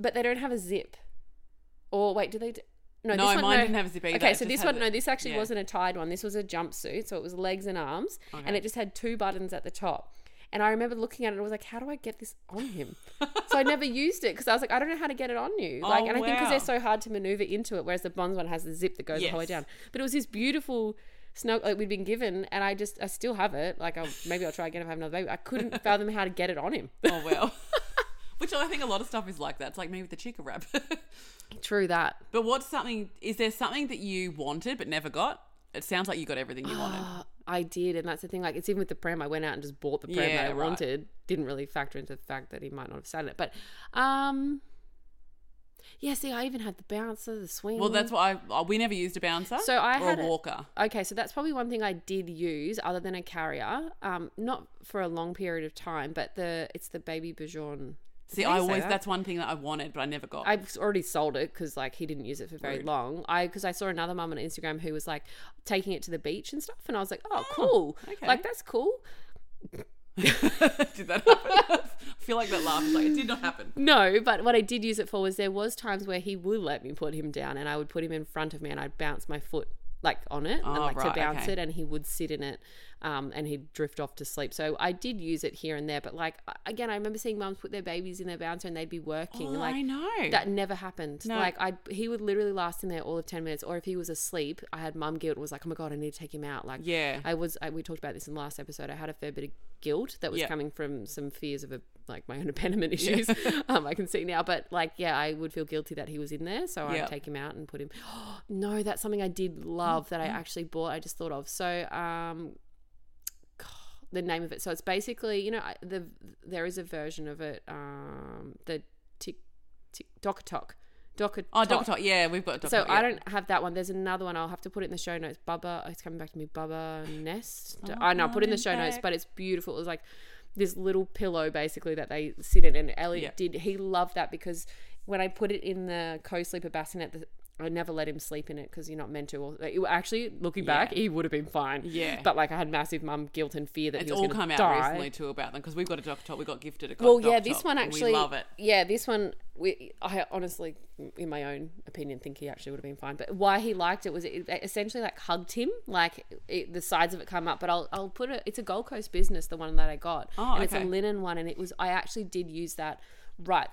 Speaker 3: but they don't have a zip. Or wait, do they? Do- no,
Speaker 1: No,
Speaker 3: this one,
Speaker 1: mine
Speaker 3: no.
Speaker 1: didn't have a zip either.
Speaker 3: Okay,
Speaker 1: It
Speaker 3: so
Speaker 1: just
Speaker 3: this
Speaker 1: had
Speaker 3: one,
Speaker 1: the-
Speaker 3: no, this actually
Speaker 1: yeah.
Speaker 3: wasn't a tied one. This was a jumpsuit, so it was legs and arms, and
Speaker 1: Okay.
Speaker 3: it just had two buttons at the top. And I remember looking at it and I was like, how do I get this on him? so I never used it because I was like, I don't know how to get it on you. Like,
Speaker 1: Oh,
Speaker 3: and I think because
Speaker 1: wow.
Speaker 3: they're so hard to maneuver into it, whereas the Bonds one has the zip that goes the whole way
Speaker 1: Yes.
Speaker 3: down. But it was this beautiful snug like we'd been given, and I just, I still have it. Like, I'll, maybe I'll try again if I have another baby. I couldn't fathom how to get it on him.
Speaker 1: Oh well. Which I think a lot of stuff is like that. It's like me with the chica wrap.
Speaker 3: True that.
Speaker 1: but what's something? Is there something that you wanted but never got? It sounds like you got everything you wanted.
Speaker 3: Uh, I did, and that's the thing. Like, it's even with the pram. I went out and just bought the pram that
Speaker 1: Yeah,
Speaker 3: I
Speaker 1: right.
Speaker 3: wanted. Didn't really factor into the fact that he might not have sat in it. But, um, yeah. See, I even had the bouncer, the swing.
Speaker 1: Well, that's why I, we never used a bouncer.
Speaker 3: So I
Speaker 1: or
Speaker 3: had
Speaker 1: a
Speaker 3: a-
Speaker 1: walker.
Speaker 3: Okay, so that's probably one thing I did use, other than a carrier. Um, not for a long period of time, but the it's the baby Bajon.
Speaker 1: See,
Speaker 3: How do
Speaker 1: I
Speaker 3: you say
Speaker 1: always
Speaker 3: that?
Speaker 1: that's one thing that I wanted but I never got.
Speaker 3: I've already sold it because like he didn't use it for very
Speaker 1: Rude.
Speaker 3: long. I because I saw another mum on Instagram who was like taking it to the beach and stuff, and I was like, oh, cool,
Speaker 1: okay.
Speaker 3: like that's cool.
Speaker 1: did that happen? I feel like that laugh is like it did not happen.
Speaker 3: No, but what I did use it for was there was times where he would let me put him down and I would put him in front of me and I'd bounce my foot like on it and
Speaker 1: Oh,
Speaker 3: like
Speaker 1: right,
Speaker 3: to bounce
Speaker 1: okay.
Speaker 3: it and he would sit in it um, and he'd drift off to sleep. So I did use it here and there, but like a- again, I remember seeing mums put their babies in their bouncer and they'd be working.
Speaker 1: Oh,
Speaker 3: like
Speaker 1: I know.
Speaker 3: that never happened.
Speaker 1: No.
Speaker 3: Like I, he would literally last in there all of ten minutes, or if he was asleep, I had mum guilt. and Was like, oh my god, I need to take him out. Like,
Speaker 1: Yeah. Oh,
Speaker 3: I was. I, we talked about this in the last episode. I had a fair bit of guilt that was
Speaker 1: Yeah.
Speaker 3: coming from some fears of a, like my own abandonment issues. um, I can see now, but like, yeah, I would feel guilty that he was in there, so
Speaker 1: Yeah.
Speaker 3: I'd take him out and put him. no, that's something I did love that I
Speaker 1: Mm-hmm.
Speaker 3: actually bought. I just thought of so. Um, the name of it. So it's basically, you know, I- the there is a version of it. Um, the tick tick dokatok, dokatok.
Speaker 1: Oh, Doctor Talk. Yeah, we've got Doctor
Speaker 3: So
Speaker 1: Talk,
Speaker 3: I
Speaker 1: yeah.
Speaker 3: don't have that one. There's another one. I'll have to put it in the show notes. Bubba, oh, it's coming back to me. Bubba Nest. I know. I'll put it in the show notes,
Speaker 1: Oh, back.
Speaker 3: but it's beautiful. It was like this little pillow basically that they sit in, and Elliot
Speaker 1: Yeah.
Speaker 3: did. He loved that because when I put it in the co-sleeper bassinet, the, I never let him sleep in it because you're not meant to. Or, like, it- actually, looking back, he would have been fine.
Speaker 1: Yeah.
Speaker 3: But like, I had massive mum guilt and fear that
Speaker 1: It's
Speaker 3: he was
Speaker 1: all
Speaker 3: going to
Speaker 1: come out
Speaker 3: die.
Speaker 1: recently too about them because we've got a doc top. We got gifted a
Speaker 3: well
Speaker 1: doc
Speaker 3: yeah this
Speaker 1: top,
Speaker 3: one
Speaker 1: and
Speaker 3: actually
Speaker 1: we love it.
Speaker 3: yeah this one we i honestly in my own opinion think he actually would have been fine but why he liked it was it essentially like hugged him like it, the sides of it come up but i'll i'll put it it's a gold coast business the one that i got
Speaker 1: Oh,
Speaker 3: and it's
Speaker 1: okay.
Speaker 3: a linen one and it was i actually did use that right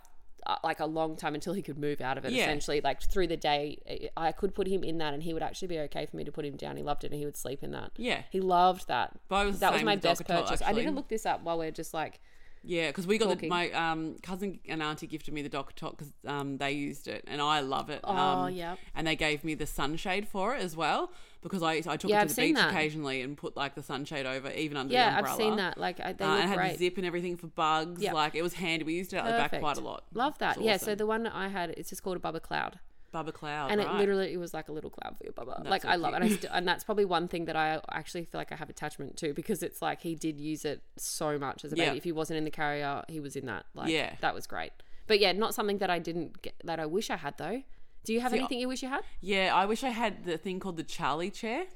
Speaker 3: uh, like a long time until he could move out of it
Speaker 1: Yeah.
Speaker 3: essentially like through the day I I could put him in that and he would actually be okay for me to put him down he loved it and he would sleep in that
Speaker 1: Yeah.
Speaker 3: he loved that
Speaker 1: But I was the
Speaker 3: that was
Speaker 1: same
Speaker 3: my
Speaker 1: with the
Speaker 3: best
Speaker 1: Doctor Tot,
Speaker 3: purchase I
Speaker 1: actually.
Speaker 3: didn't look this up while we're just like
Speaker 1: Yeah, because we got the,
Speaker 3: Talking.
Speaker 1: my um, cousin and auntie gifted me the Doc Talk because um, they used it and I love it. Oh, um,
Speaker 3: yep.
Speaker 1: And they gave me the sunshade for it as well because I, I took it to
Speaker 3: Yeah, I've
Speaker 1: the
Speaker 3: seen
Speaker 1: beach
Speaker 3: that.
Speaker 1: occasionally and put like the sunshade over even under the
Speaker 3: Yeah,
Speaker 1: umbrella.
Speaker 3: I've seen that. Like I, they
Speaker 1: Uh, and it
Speaker 3: look
Speaker 1: had
Speaker 3: great.
Speaker 1: zip and everything for bugs.
Speaker 3: Yeah.
Speaker 1: Like it was handy. We used it out the back
Speaker 3: Perfect.
Speaker 1: quite a lot.
Speaker 3: Love that.
Speaker 1: It's
Speaker 3: Yeah.
Speaker 1: awesome.
Speaker 3: So the one that I had, it's just called a bubba cloud,
Speaker 1: Bubba Cloud.
Speaker 3: and
Speaker 1: right.
Speaker 3: it literally it was like a little cloud for your bubba. like
Speaker 1: so
Speaker 3: I love, it. and I st- and that's probably one thing that I actually feel like I have attachment to because it's like he did use it so much as a
Speaker 1: Yeah.
Speaker 3: baby. If he wasn't in the carrier, he was in that. Like
Speaker 1: Yeah.
Speaker 3: that was great. But yeah, not something that I didn't get that I wish I had though. Do you have
Speaker 1: See,
Speaker 3: anything you wish you had?
Speaker 1: Yeah, I wish I had the thing called the Charlie chair. Have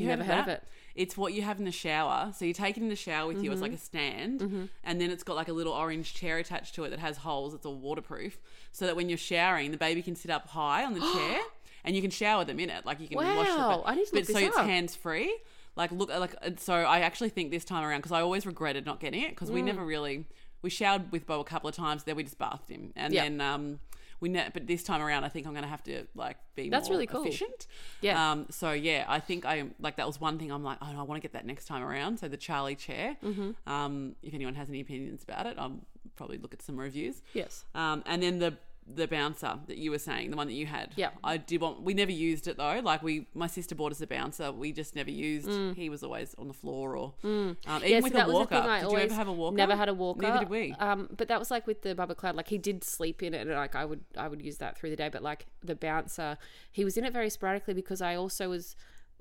Speaker 1: you
Speaker 3: Never
Speaker 1: heard,
Speaker 3: heard
Speaker 1: of,
Speaker 3: of
Speaker 1: that?
Speaker 3: it.
Speaker 1: It's what you have in the shower. So you take it in the shower with you. It's
Speaker 3: Mm-hmm.
Speaker 1: like a stand, and then it's got like a little orange chair attached to it that has holes. It's all waterproof, so that when you're showering, the baby can sit up high on the chair, and you can shower them in it. Like you can wash them.
Speaker 3: Wow,
Speaker 1: but-
Speaker 3: I need to
Speaker 1: But
Speaker 3: look
Speaker 1: so
Speaker 3: this
Speaker 1: it's
Speaker 3: up.
Speaker 1: hands free. Like look, like uh, so. I actually think this time around because I always regretted not getting it because
Speaker 3: Mm.
Speaker 1: we never really we showered with Bo a couple of times. Then we just bathed him, and
Speaker 3: Yeah.
Speaker 1: then um we ne- but this time around I think I'm gonna have to like be
Speaker 3: That's
Speaker 1: more
Speaker 3: really cool.
Speaker 1: efficient.
Speaker 3: Yeah.
Speaker 1: Um, so yeah, I think I like that was one thing I'm like, oh, no, I want to get that next time around. So the Charlie chair.
Speaker 3: Mm-hmm.
Speaker 1: Um, if anyone has any opinions about it, I'll probably look at some reviews.
Speaker 3: Yes.
Speaker 1: Um, and then the the bouncer that you were saying, the one that you had.
Speaker 3: Yeah.
Speaker 1: I did want. We never used it though. Like we, my sister bought us a bouncer. We just never used. He was always on the floor or um, even
Speaker 3: Mm. Yeah, so
Speaker 1: with
Speaker 3: that
Speaker 1: a
Speaker 3: was the
Speaker 1: walker.
Speaker 3: thing I
Speaker 1: did
Speaker 3: always
Speaker 1: you ever have a walker?
Speaker 3: Never had a walker.
Speaker 1: Neither did we.
Speaker 3: Um, but that was like with the Bubba Cloud. Like he did sleep in it, and like I would, I would use that through the day. But like the bouncer, he was in it very sporadically because I also was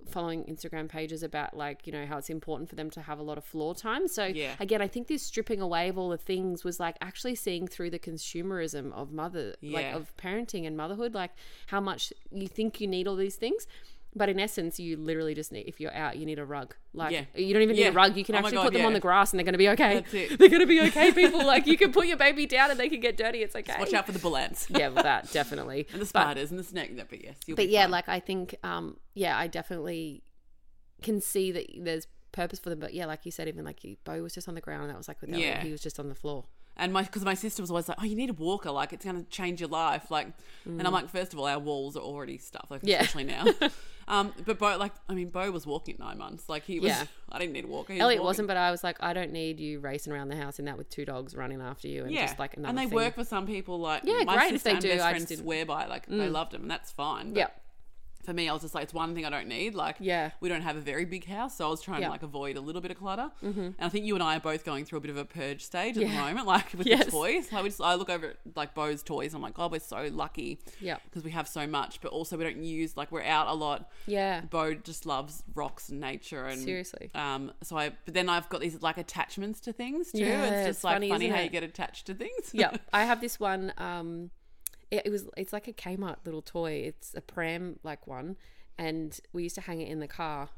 Speaker 3: following Instagram pages about like you know how it's important for them to have a lot of floor time. So
Speaker 1: Yeah.
Speaker 3: again, I think this stripping away of all the things was like actually seeing through the consumerism of mother, like
Speaker 1: Yeah.
Speaker 3: of parenting and motherhood, like how much you think you need all these things. But in essence, you literally just need, if you're out, you need a rug. Like,
Speaker 1: Yeah.
Speaker 3: you don't even need a
Speaker 1: Yeah.
Speaker 3: rug. You can
Speaker 1: Oh my
Speaker 3: actually
Speaker 1: God,
Speaker 3: put them on
Speaker 1: yeah.
Speaker 3: the grass and they're going to be okay.
Speaker 1: That's it.
Speaker 3: They're going to be okay, people. like, you can put your baby down and they can get dirty. It's okay.
Speaker 1: Watch out for the bullets
Speaker 3: yeah, well, that definitely.
Speaker 1: and the spiders and the snake. No, But yes, you'll
Speaker 3: But
Speaker 1: be
Speaker 3: yeah,
Speaker 1: fine.
Speaker 3: like, I think, um, yeah, I definitely can see that there's purpose for them. But yeah, like you said, even like Bo was just on the ground and that was like with Elliot.
Speaker 1: Yeah.
Speaker 3: He was just on the floor.
Speaker 1: And my because my sister was always like, "Oh, you need a walker. Like it's going to change your life." Like, and I'm like, first of all, our walls are already stuff. Like
Speaker 3: Mm. Yeah.
Speaker 1: especially now. um, but Bo, like, I mean, Bo was walking at nine months. Like he was.
Speaker 3: Yeah.
Speaker 1: I didn't need a walker. He was
Speaker 3: Elliot
Speaker 1: walking.
Speaker 3: wasn't, but I was like, I don't need you racing around the house in that with two dogs running after you and
Speaker 1: Yeah,
Speaker 3: just like another
Speaker 1: and they
Speaker 3: thing.
Speaker 1: work for some people. Like
Speaker 3: Yeah,
Speaker 1: my
Speaker 3: great if
Speaker 1: sister
Speaker 3: they
Speaker 1: and
Speaker 3: do,
Speaker 1: best
Speaker 3: I
Speaker 1: friend
Speaker 3: just didn't- Mm.
Speaker 1: swear by. it. Like they loved him, and that's fine. But
Speaker 3: Yeah.
Speaker 1: For me, I was just like, it's one thing I don't need. Like,
Speaker 3: Yeah.
Speaker 1: we don't have a very big house, so I was trying
Speaker 3: Yeah. Mm-hmm.
Speaker 1: to like avoid a little bit of clutter. And I think you and I are both going through a bit of a purge stage at the moment, like with
Speaker 3: Yes.
Speaker 1: the toys. Like, we just, I look over at like Bo's toys, and I'm like, oh, we're so lucky.
Speaker 3: Yeah.
Speaker 1: because we have so much, but also we don't use like we're out a lot.
Speaker 3: Yeah.
Speaker 1: Bo just loves rocks and nature and
Speaker 3: Seriously.
Speaker 1: Um, so I but then I've got these like attachments to things too.
Speaker 3: Yeah,
Speaker 1: it's just
Speaker 3: it's
Speaker 1: like
Speaker 3: funny,
Speaker 1: funny,
Speaker 3: isn't
Speaker 1: how
Speaker 3: it?
Speaker 1: you get attached to things.
Speaker 3: yeah, I have this one. Um, it, it was it's like a Kmart little toy. It's a pram like one, and we used to hang it in the car.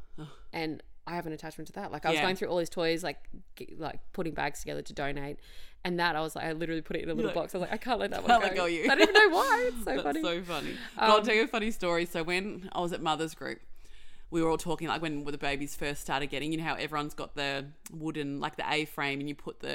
Speaker 3: And I have an attachment to that. Like I was
Speaker 1: Yeah.
Speaker 3: going through all these toys, like g like putting bags together to donate, and that I was like, I literally put it in a little
Speaker 1: like,
Speaker 3: box. I was like, I can't let that one
Speaker 1: can't
Speaker 3: go.
Speaker 1: let go of you.
Speaker 3: I don't even know why. It's so
Speaker 1: That's
Speaker 3: funny. Um,
Speaker 1: so funny. But I'll tell you a funny story. So when I was at Mother's Group, we were all talking like when the babies first started getting, you know how everyone's got the wooden like the A frame and you put the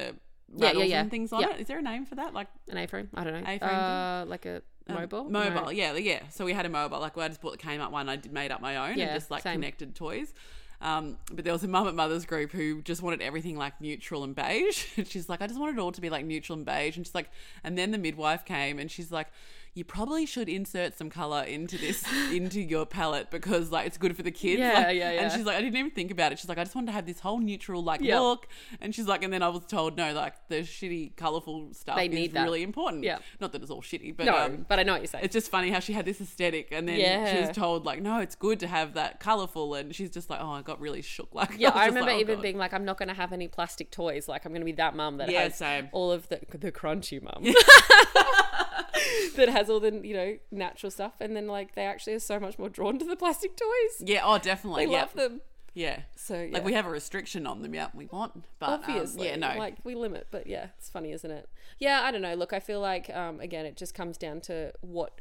Speaker 3: Yeah, yeah,
Speaker 1: rattles
Speaker 3: yeah.
Speaker 1: and things on
Speaker 3: Yeah.
Speaker 1: it. Is there a name for that? Like
Speaker 3: An A-frame? I don't know.
Speaker 1: A-frame thing? Um,
Speaker 3: Uh, like a mobile. No.
Speaker 1: Mobile, yeah, yeah. So we had a mobile. Like I just bought the Kmart one. I did made up my own
Speaker 3: Yeah,
Speaker 1: and just like
Speaker 3: same.
Speaker 1: connected toys. Um, but there was a mum at Mother's Group who just wanted everything like neutral and beige. And she's like, I just want it all to be like neutral and beige. And she's like, and then the midwife came and she's like, you probably should insert some color into this, into your palette because like it's good for the kids.
Speaker 3: Yeah,
Speaker 1: Like-
Speaker 3: yeah,
Speaker 1: And
Speaker 3: yeah.
Speaker 1: she's like, I didn't even think about it. She's like, I just wanted to have this whole neutral like
Speaker 3: Yeah.
Speaker 1: look. And she's like, and then I was told, no, like the shitty colorful stuff
Speaker 3: They
Speaker 1: is
Speaker 3: need that.
Speaker 1: really important.
Speaker 3: Yeah.
Speaker 1: Not that it's all shitty, but
Speaker 3: No,
Speaker 1: um,
Speaker 3: but I know what you're saying.
Speaker 1: it's just funny how she had this aesthetic and then she
Speaker 3: Yeah.
Speaker 1: was told like no it's good to have that colorful and she's just like oh i got really shook like
Speaker 3: Yeah,
Speaker 1: was
Speaker 3: I
Speaker 1: just
Speaker 3: remember
Speaker 1: like, oh,
Speaker 3: even
Speaker 1: God.
Speaker 3: being like, I'm not going to have any plastic toys. Like, I'm going to be that mum that
Speaker 1: Yeah,
Speaker 3: has
Speaker 1: same.
Speaker 3: all of the the crunchy mum. that has all the you know natural stuff, and then like they actually are so much more drawn to the plastic toys.
Speaker 1: Yeah, oh, definitely.
Speaker 3: They
Speaker 1: yeah.
Speaker 3: love them.
Speaker 1: Yeah.
Speaker 3: So yeah.
Speaker 1: Like we have a restriction on them, yeah, we want, but um,
Speaker 3: obviously
Speaker 1: yeah, no,
Speaker 3: like we limit but yeah it's funny isn't it yeah i don't know look i feel like um, again it just comes down to what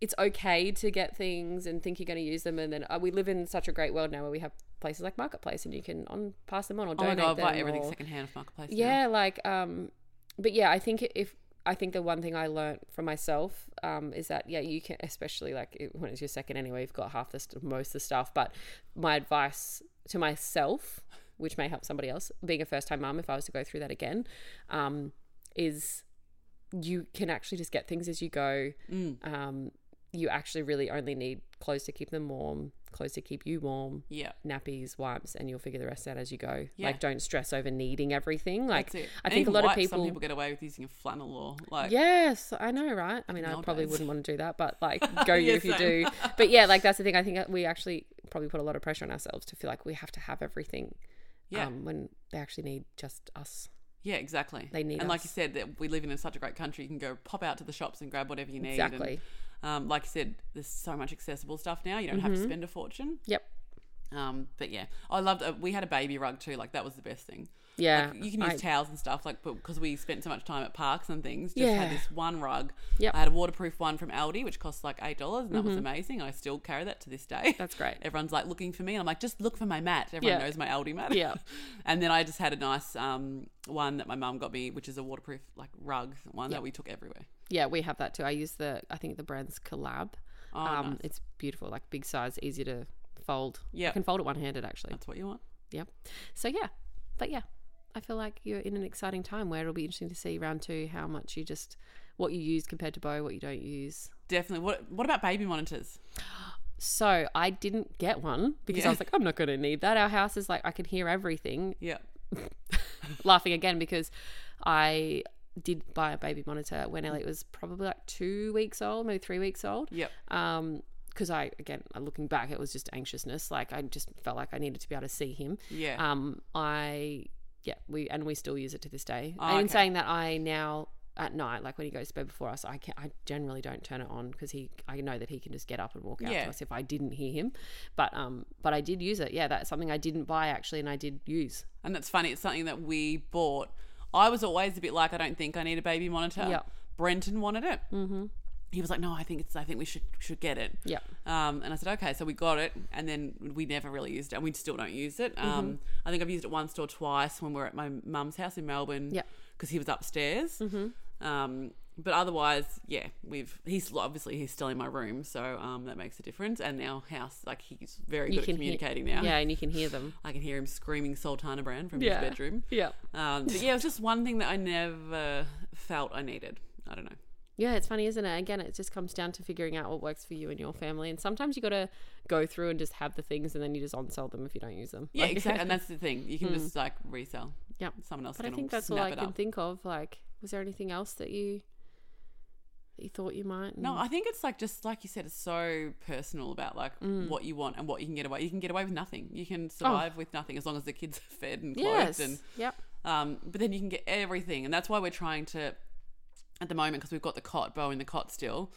Speaker 3: it's okay to get things and think you're going to use them and then uh, we live in such a great world now where we have places like marketplace and you can on pass them on or
Speaker 1: oh my
Speaker 3: donate
Speaker 1: god, I
Speaker 3: them
Speaker 1: buy everything
Speaker 3: or-
Speaker 1: secondhand off marketplace. now.
Speaker 3: yeah like um but yeah i think if i think the one thing i learned from myself um is that yeah you can especially like it- when it's your second anyway you've got half the st- most of the stuff but my advice to myself which may help somebody else being a first time mum if i was to go through that again um is you can actually just get things as you go um you actually really only need clothes to keep them warm clothes to keep you warm
Speaker 1: yeah.
Speaker 3: nappies, wipes, and you'll figure the rest out as you go.
Speaker 1: Yeah.
Speaker 3: Like, don't stress over needing everything. Like,
Speaker 1: That's it.
Speaker 3: I
Speaker 1: And
Speaker 3: think a
Speaker 1: even
Speaker 3: lot of
Speaker 1: wipes,
Speaker 3: people.
Speaker 1: some people get away with using a flannel or like
Speaker 3: Yes, I know, right? I mean, I probably
Speaker 1: Nowadays.
Speaker 3: wouldn't want to do that, but like, go you
Speaker 1: Yeah,
Speaker 3: if you do.
Speaker 1: same.
Speaker 3: But yeah, like that's the thing. I think that we actually probably put a lot of pressure on ourselves to feel like we have to have everything.
Speaker 1: Yeah.
Speaker 3: Um, when they actually need just us.
Speaker 1: Yeah, exactly.
Speaker 3: They need
Speaker 1: and like
Speaker 3: us.
Speaker 1: you said, that we live in such a great country, you can go pop out to the shops and grab whatever you need. and,
Speaker 3: Exactly.
Speaker 1: um, like you said, there's so much accessible stuff now. You don't
Speaker 3: Mm-hmm.
Speaker 1: have to spend a fortune.
Speaker 3: Yep.
Speaker 1: Um, but yeah, I loved. Uh, we had a baby rug too. Like that was the best thing.
Speaker 3: Yeah.
Speaker 1: Like, you can
Speaker 3: Uh, I-
Speaker 1: use towels and stuff, like, but because we spent so much time at parks and things, just
Speaker 3: Yeah.
Speaker 1: had this one rug.
Speaker 3: Yep. Mm-hmm.
Speaker 1: I had a waterproof one from Aldi, which cost like eight dollars, and that was amazing. I still carry that to this day.
Speaker 3: That's great.
Speaker 1: Everyone's like looking for me, and I'm like, just look for my mat. Everyone
Speaker 3: Yeah.
Speaker 1: knows my Aldi mat.
Speaker 3: Yeah.
Speaker 1: and then I just had a nice um, one that my mum got me, which is a waterproof like rug one that we took everywhere.
Speaker 3: Yeah, we have that too. I use the. I think the brand's Collab.
Speaker 1: Oh,
Speaker 3: um,
Speaker 1: nice.
Speaker 3: it's beautiful. Like big size, easy to fold.
Speaker 1: Yeah.
Speaker 3: I can fold it one handed actually.
Speaker 1: That's what you want.
Speaker 3: Yep. So yeah, but yeah, I feel like you're in an exciting time where it'll be interesting to see round two how much you just what you use compared to Bo, what you don't use.
Speaker 1: Definitely. What What about baby monitors?
Speaker 3: So I didn't get one because I
Speaker 1: Yeah.
Speaker 3: was like, I'm not going to need that. Our house is like I can hear everything.
Speaker 1: Yeah.
Speaker 3: Laughing again because I did buy a baby monitor when Elliot was probably like two weeks old, maybe three weeks old.
Speaker 1: Yep.
Speaker 3: Um, because I again, looking back, it was just anxiousness. Like I just felt like I needed to be able to see him.
Speaker 1: Yeah.
Speaker 3: um i yeah we and we still use it to this day
Speaker 1: Oh,
Speaker 3: and in
Speaker 1: okay.
Speaker 3: saying that i now at night like when he goes to bed before us i can i generally don't turn it on because he i know that he can just get up and walk out
Speaker 1: Yeah.
Speaker 3: to us if i didn't hear him but um but i did use it yeah that's something i didn't buy actually and i did use
Speaker 1: And that's funny. It's something that we bought. I was always a bit like, I don't think I need a baby monitor.
Speaker 3: Yeah.
Speaker 1: Brenton wanted it. Mm-hmm. He was like, No, I think it's. I think we should should get it.
Speaker 3: Yeah.
Speaker 1: Um, and I said, Okay. So we got it, and then we never really used it, and we still don't use it. Um,
Speaker 3: Mm-hmm.
Speaker 1: I think I've used it once or twice when we were at my mum's house in Melbourne.
Speaker 3: Yeah.
Speaker 1: Because he was upstairs. Mm-hmm. Um, but otherwise, yeah, we've he's obviously he's still in my room, so um, that makes a difference. And our house, like he's very good at communicating
Speaker 3: hear,
Speaker 1: now.
Speaker 3: yeah and you can hear them
Speaker 1: I can hear him screaming Sultana brand from
Speaker 3: Yeah.
Speaker 1: his bedroom.
Speaker 3: yeah
Speaker 1: Um, but yeah, it was just one thing that I never felt I needed. I don't know.
Speaker 3: Yeah, it's funny, isn't it? Again, it just comes down to figuring out what works for you and your family. And sometimes you got to go through and just have the things, and then you just onsell them if you don't use them.
Speaker 1: Yeah,
Speaker 3: Like-
Speaker 1: exactly. And that's the thing. You can just like resell.
Speaker 3: Hmm. Yep.
Speaker 1: Someone else
Speaker 3: But I
Speaker 1: can
Speaker 3: think that's all
Speaker 1: snap
Speaker 3: I
Speaker 1: it
Speaker 3: can
Speaker 1: up.
Speaker 3: think of. Like, was there anything else that you that you thought you might?
Speaker 1: No, I think it's like just like you said, it's so personal about like
Speaker 3: Mm.
Speaker 1: what you want and what you can get away. You can get away with nothing. You can survive with nothing as long as the kids are fed and clothed
Speaker 3: Oh. yes.
Speaker 1: and
Speaker 3: yep.
Speaker 1: Um, but then you can get everything, and that's why we're trying to, at the moment, because we've got the cot bow in the cot still,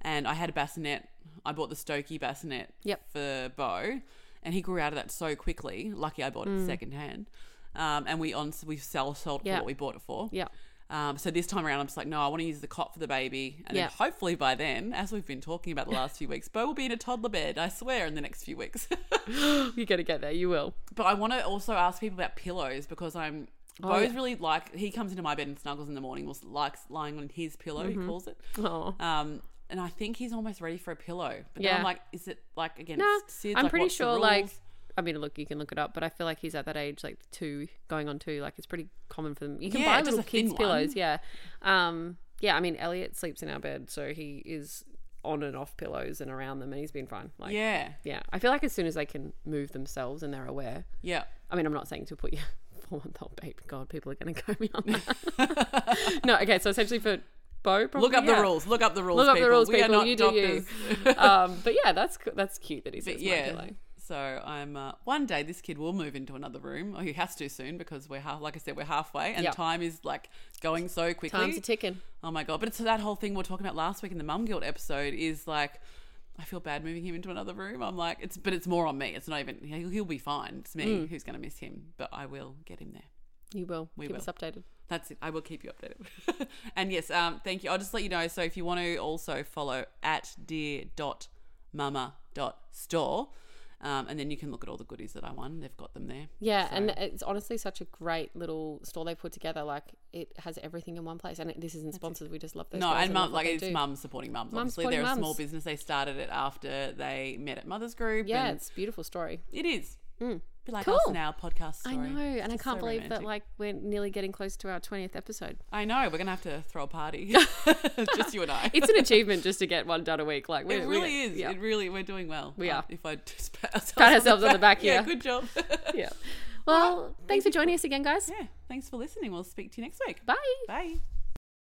Speaker 1: and I had a bassinet. I bought the Stokey bassinet
Speaker 3: Yep.
Speaker 1: for Bo, and he grew out of that so quickly. Lucky I bought it secondhand, um, and we on we sell sold
Speaker 3: Yeah.
Speaker 1: for what we bought it for.
Speaker 3: Mm. Yep.
Speaker 1: Um, so this time around, I'm just like, no, I want to use the cot for the baby, and
Speaker 3: Yeah.
Speaker 1: then hopefully by then, as we've been talking about the last few weeks, Bo will be in a toddler bed. I swear, in the next few weeks.
Speaker 3: You're gonna get there. You will.
Speaker 1: But I want to also ask people about pillows because I'm
Speaker 3: Oh,
Speaker 1: Bo's
Speaker 3: yeah.
Speaker 1: really like he comes into my bed and snuggles in the morning. Was likes lying on his pillow. He calls it.
Speaker 3: Oh.
Speaker 1: Um, and I think he's almost ready for a pillow. But then
Speaker 3: Yeah.
Speaker 1: I'm like, is it like again?
Speaker 3: Nah,
Speaker 1: it's Sid's,
Speaker 3: I'm
Speaker 1: like,
Speaker 3: pretty
Speaker 1: what's the
Speaker 3: sure. Like,
Speaker 1: rules?
Speaker 3: I mean, look, you can look it up, but I feel like he's at that age, like two, going on two. Like, it's pretty common for them. You can
Speaker 1: Yeah,
Speaker 3: buy
Speaker 1: just
Speaker 3: little
Speaker 1: a thin
Speaker 3: kids pillows.
Speaker 1: one.
Speaker 3: Yeah. Um. Yeah. I mean, Elliot sleeps in our bed, so he is on and off pillows and around them, and he's been fine. Like,
Speaker 1: yeah,
Speaker 3: yeah. I feel like as soon as they can move themselves and they're aware,
Speaker 1: yeah.
Speaker 3: I mean, I'm not saying to put your four month old baby. God, people are going to go me on that. no, okay. So essentially for Bo, probably,
Speaker 1: Look up
Speaker 3: yeah.
Speaker 1: the rules. Look up the rules.
Speaker 3: Look up
Speaker 1: people.
Speaker 3: the rules,
Speaker 1: we
Speaker 3: people.
Speaker 1: Are not
Speaker 3: you do
Speaker 1: doctors.
Speaker 3: you. um, but yeah, that's co- that's cute that he says
Speaker 1: But
Speaker 3: yeah.
Speaker 1: yeah. So I'm uh, one day this kid will move into another room. Or he has to soon because we're half, like I said, we're halfway, and
Speaker 3: Yep.
Speaker 1: time is like going so quickly.
Speaker 3: Time's a ticking.
Speaker 1: Oh my god! But it's that whole thing we are talking about last week in the Mum Guilt episode is like, I feel bad moving him into another room. I'm like, it's but it's more on me. It's not even he'll, he'll be fine. It's me
Speaker 3: Mm.
Speaker 1: who's going to miss him, but I will get him there.
Speaker 3: You will.
Speaker 1: We
Speaker 3: Keep
Speaker 1: will.
Speaker 3: us updated.
Speaker 1: That's it. I will keep you updated. and yes, um, thank you. I'll just let you know. So if you want to also follow at dear.mama.store, um, and then you can look at all the goodies that I won. They've got them there.
Speaker 3: Yeah,
Speaker 1: So-
Speaker 3: and it's honestly such a great little store they put together. Like it has everything in one place, and it, this isn't sponsored. We just love those.
Speaker 1: No,
Speaker 3: guys
Speaker 1: and
Speaker 3: love
Speaker 1: mum,
Speaker 3: what
Speaker 1: like
Speaker 3: they
Speaker 1: it's
Speaker 3: do.
Speaker 1: mum supporting mums.
Speaker 3: Mum
Speaker 1: Obviously,
Speaker 3: supporting
Speaker 1: they're a
Speaker 3: mums.
Speaker 1: small business. They started it after they met at Mother's Group.
Speaker 3: Yeah,
Speaker 1: and
Speaker 3: it's a beautiful story.
Speaker 1: it is. Be like
Speaker 3: Mm. Cool.
Speaker 1: us and our podcast story.
Speaker 3: I know, and I
Speaker 1: Just
Speaker 3: can't
Speaker 1: so
Speaker 3: believe that
Speaker 1: romantic.
Speaker 3: like we're nearly getting close to our twentieth episode.
Speaker 1: I know we're gonna have to throw a party, just you and I.
Speaker 3: It's an achievement just to get one done a week. Like we're,
Speaker 1: It
Speaker 3: we're-
Speaker 1: really is.
Speaker 3: Yeah.
Speaker 1: It really, we're doing well.
Speaker 3: We
Speaker 1: Um,
Speaker 3: are.
Speaker 1: If I just pat ourselves,
Speaker 3: ourselves on the back,
Speaker 1: yeah,
Speaker 3: yeah.
Speaker 1: good job.
Speaker 3: yeah. Well, thanks for joining us again, guys.
Speaker 1: yeah, thanks for listening. We'll speak to you next week.
Speaker 3: Bye.
Speaker 1: Bye.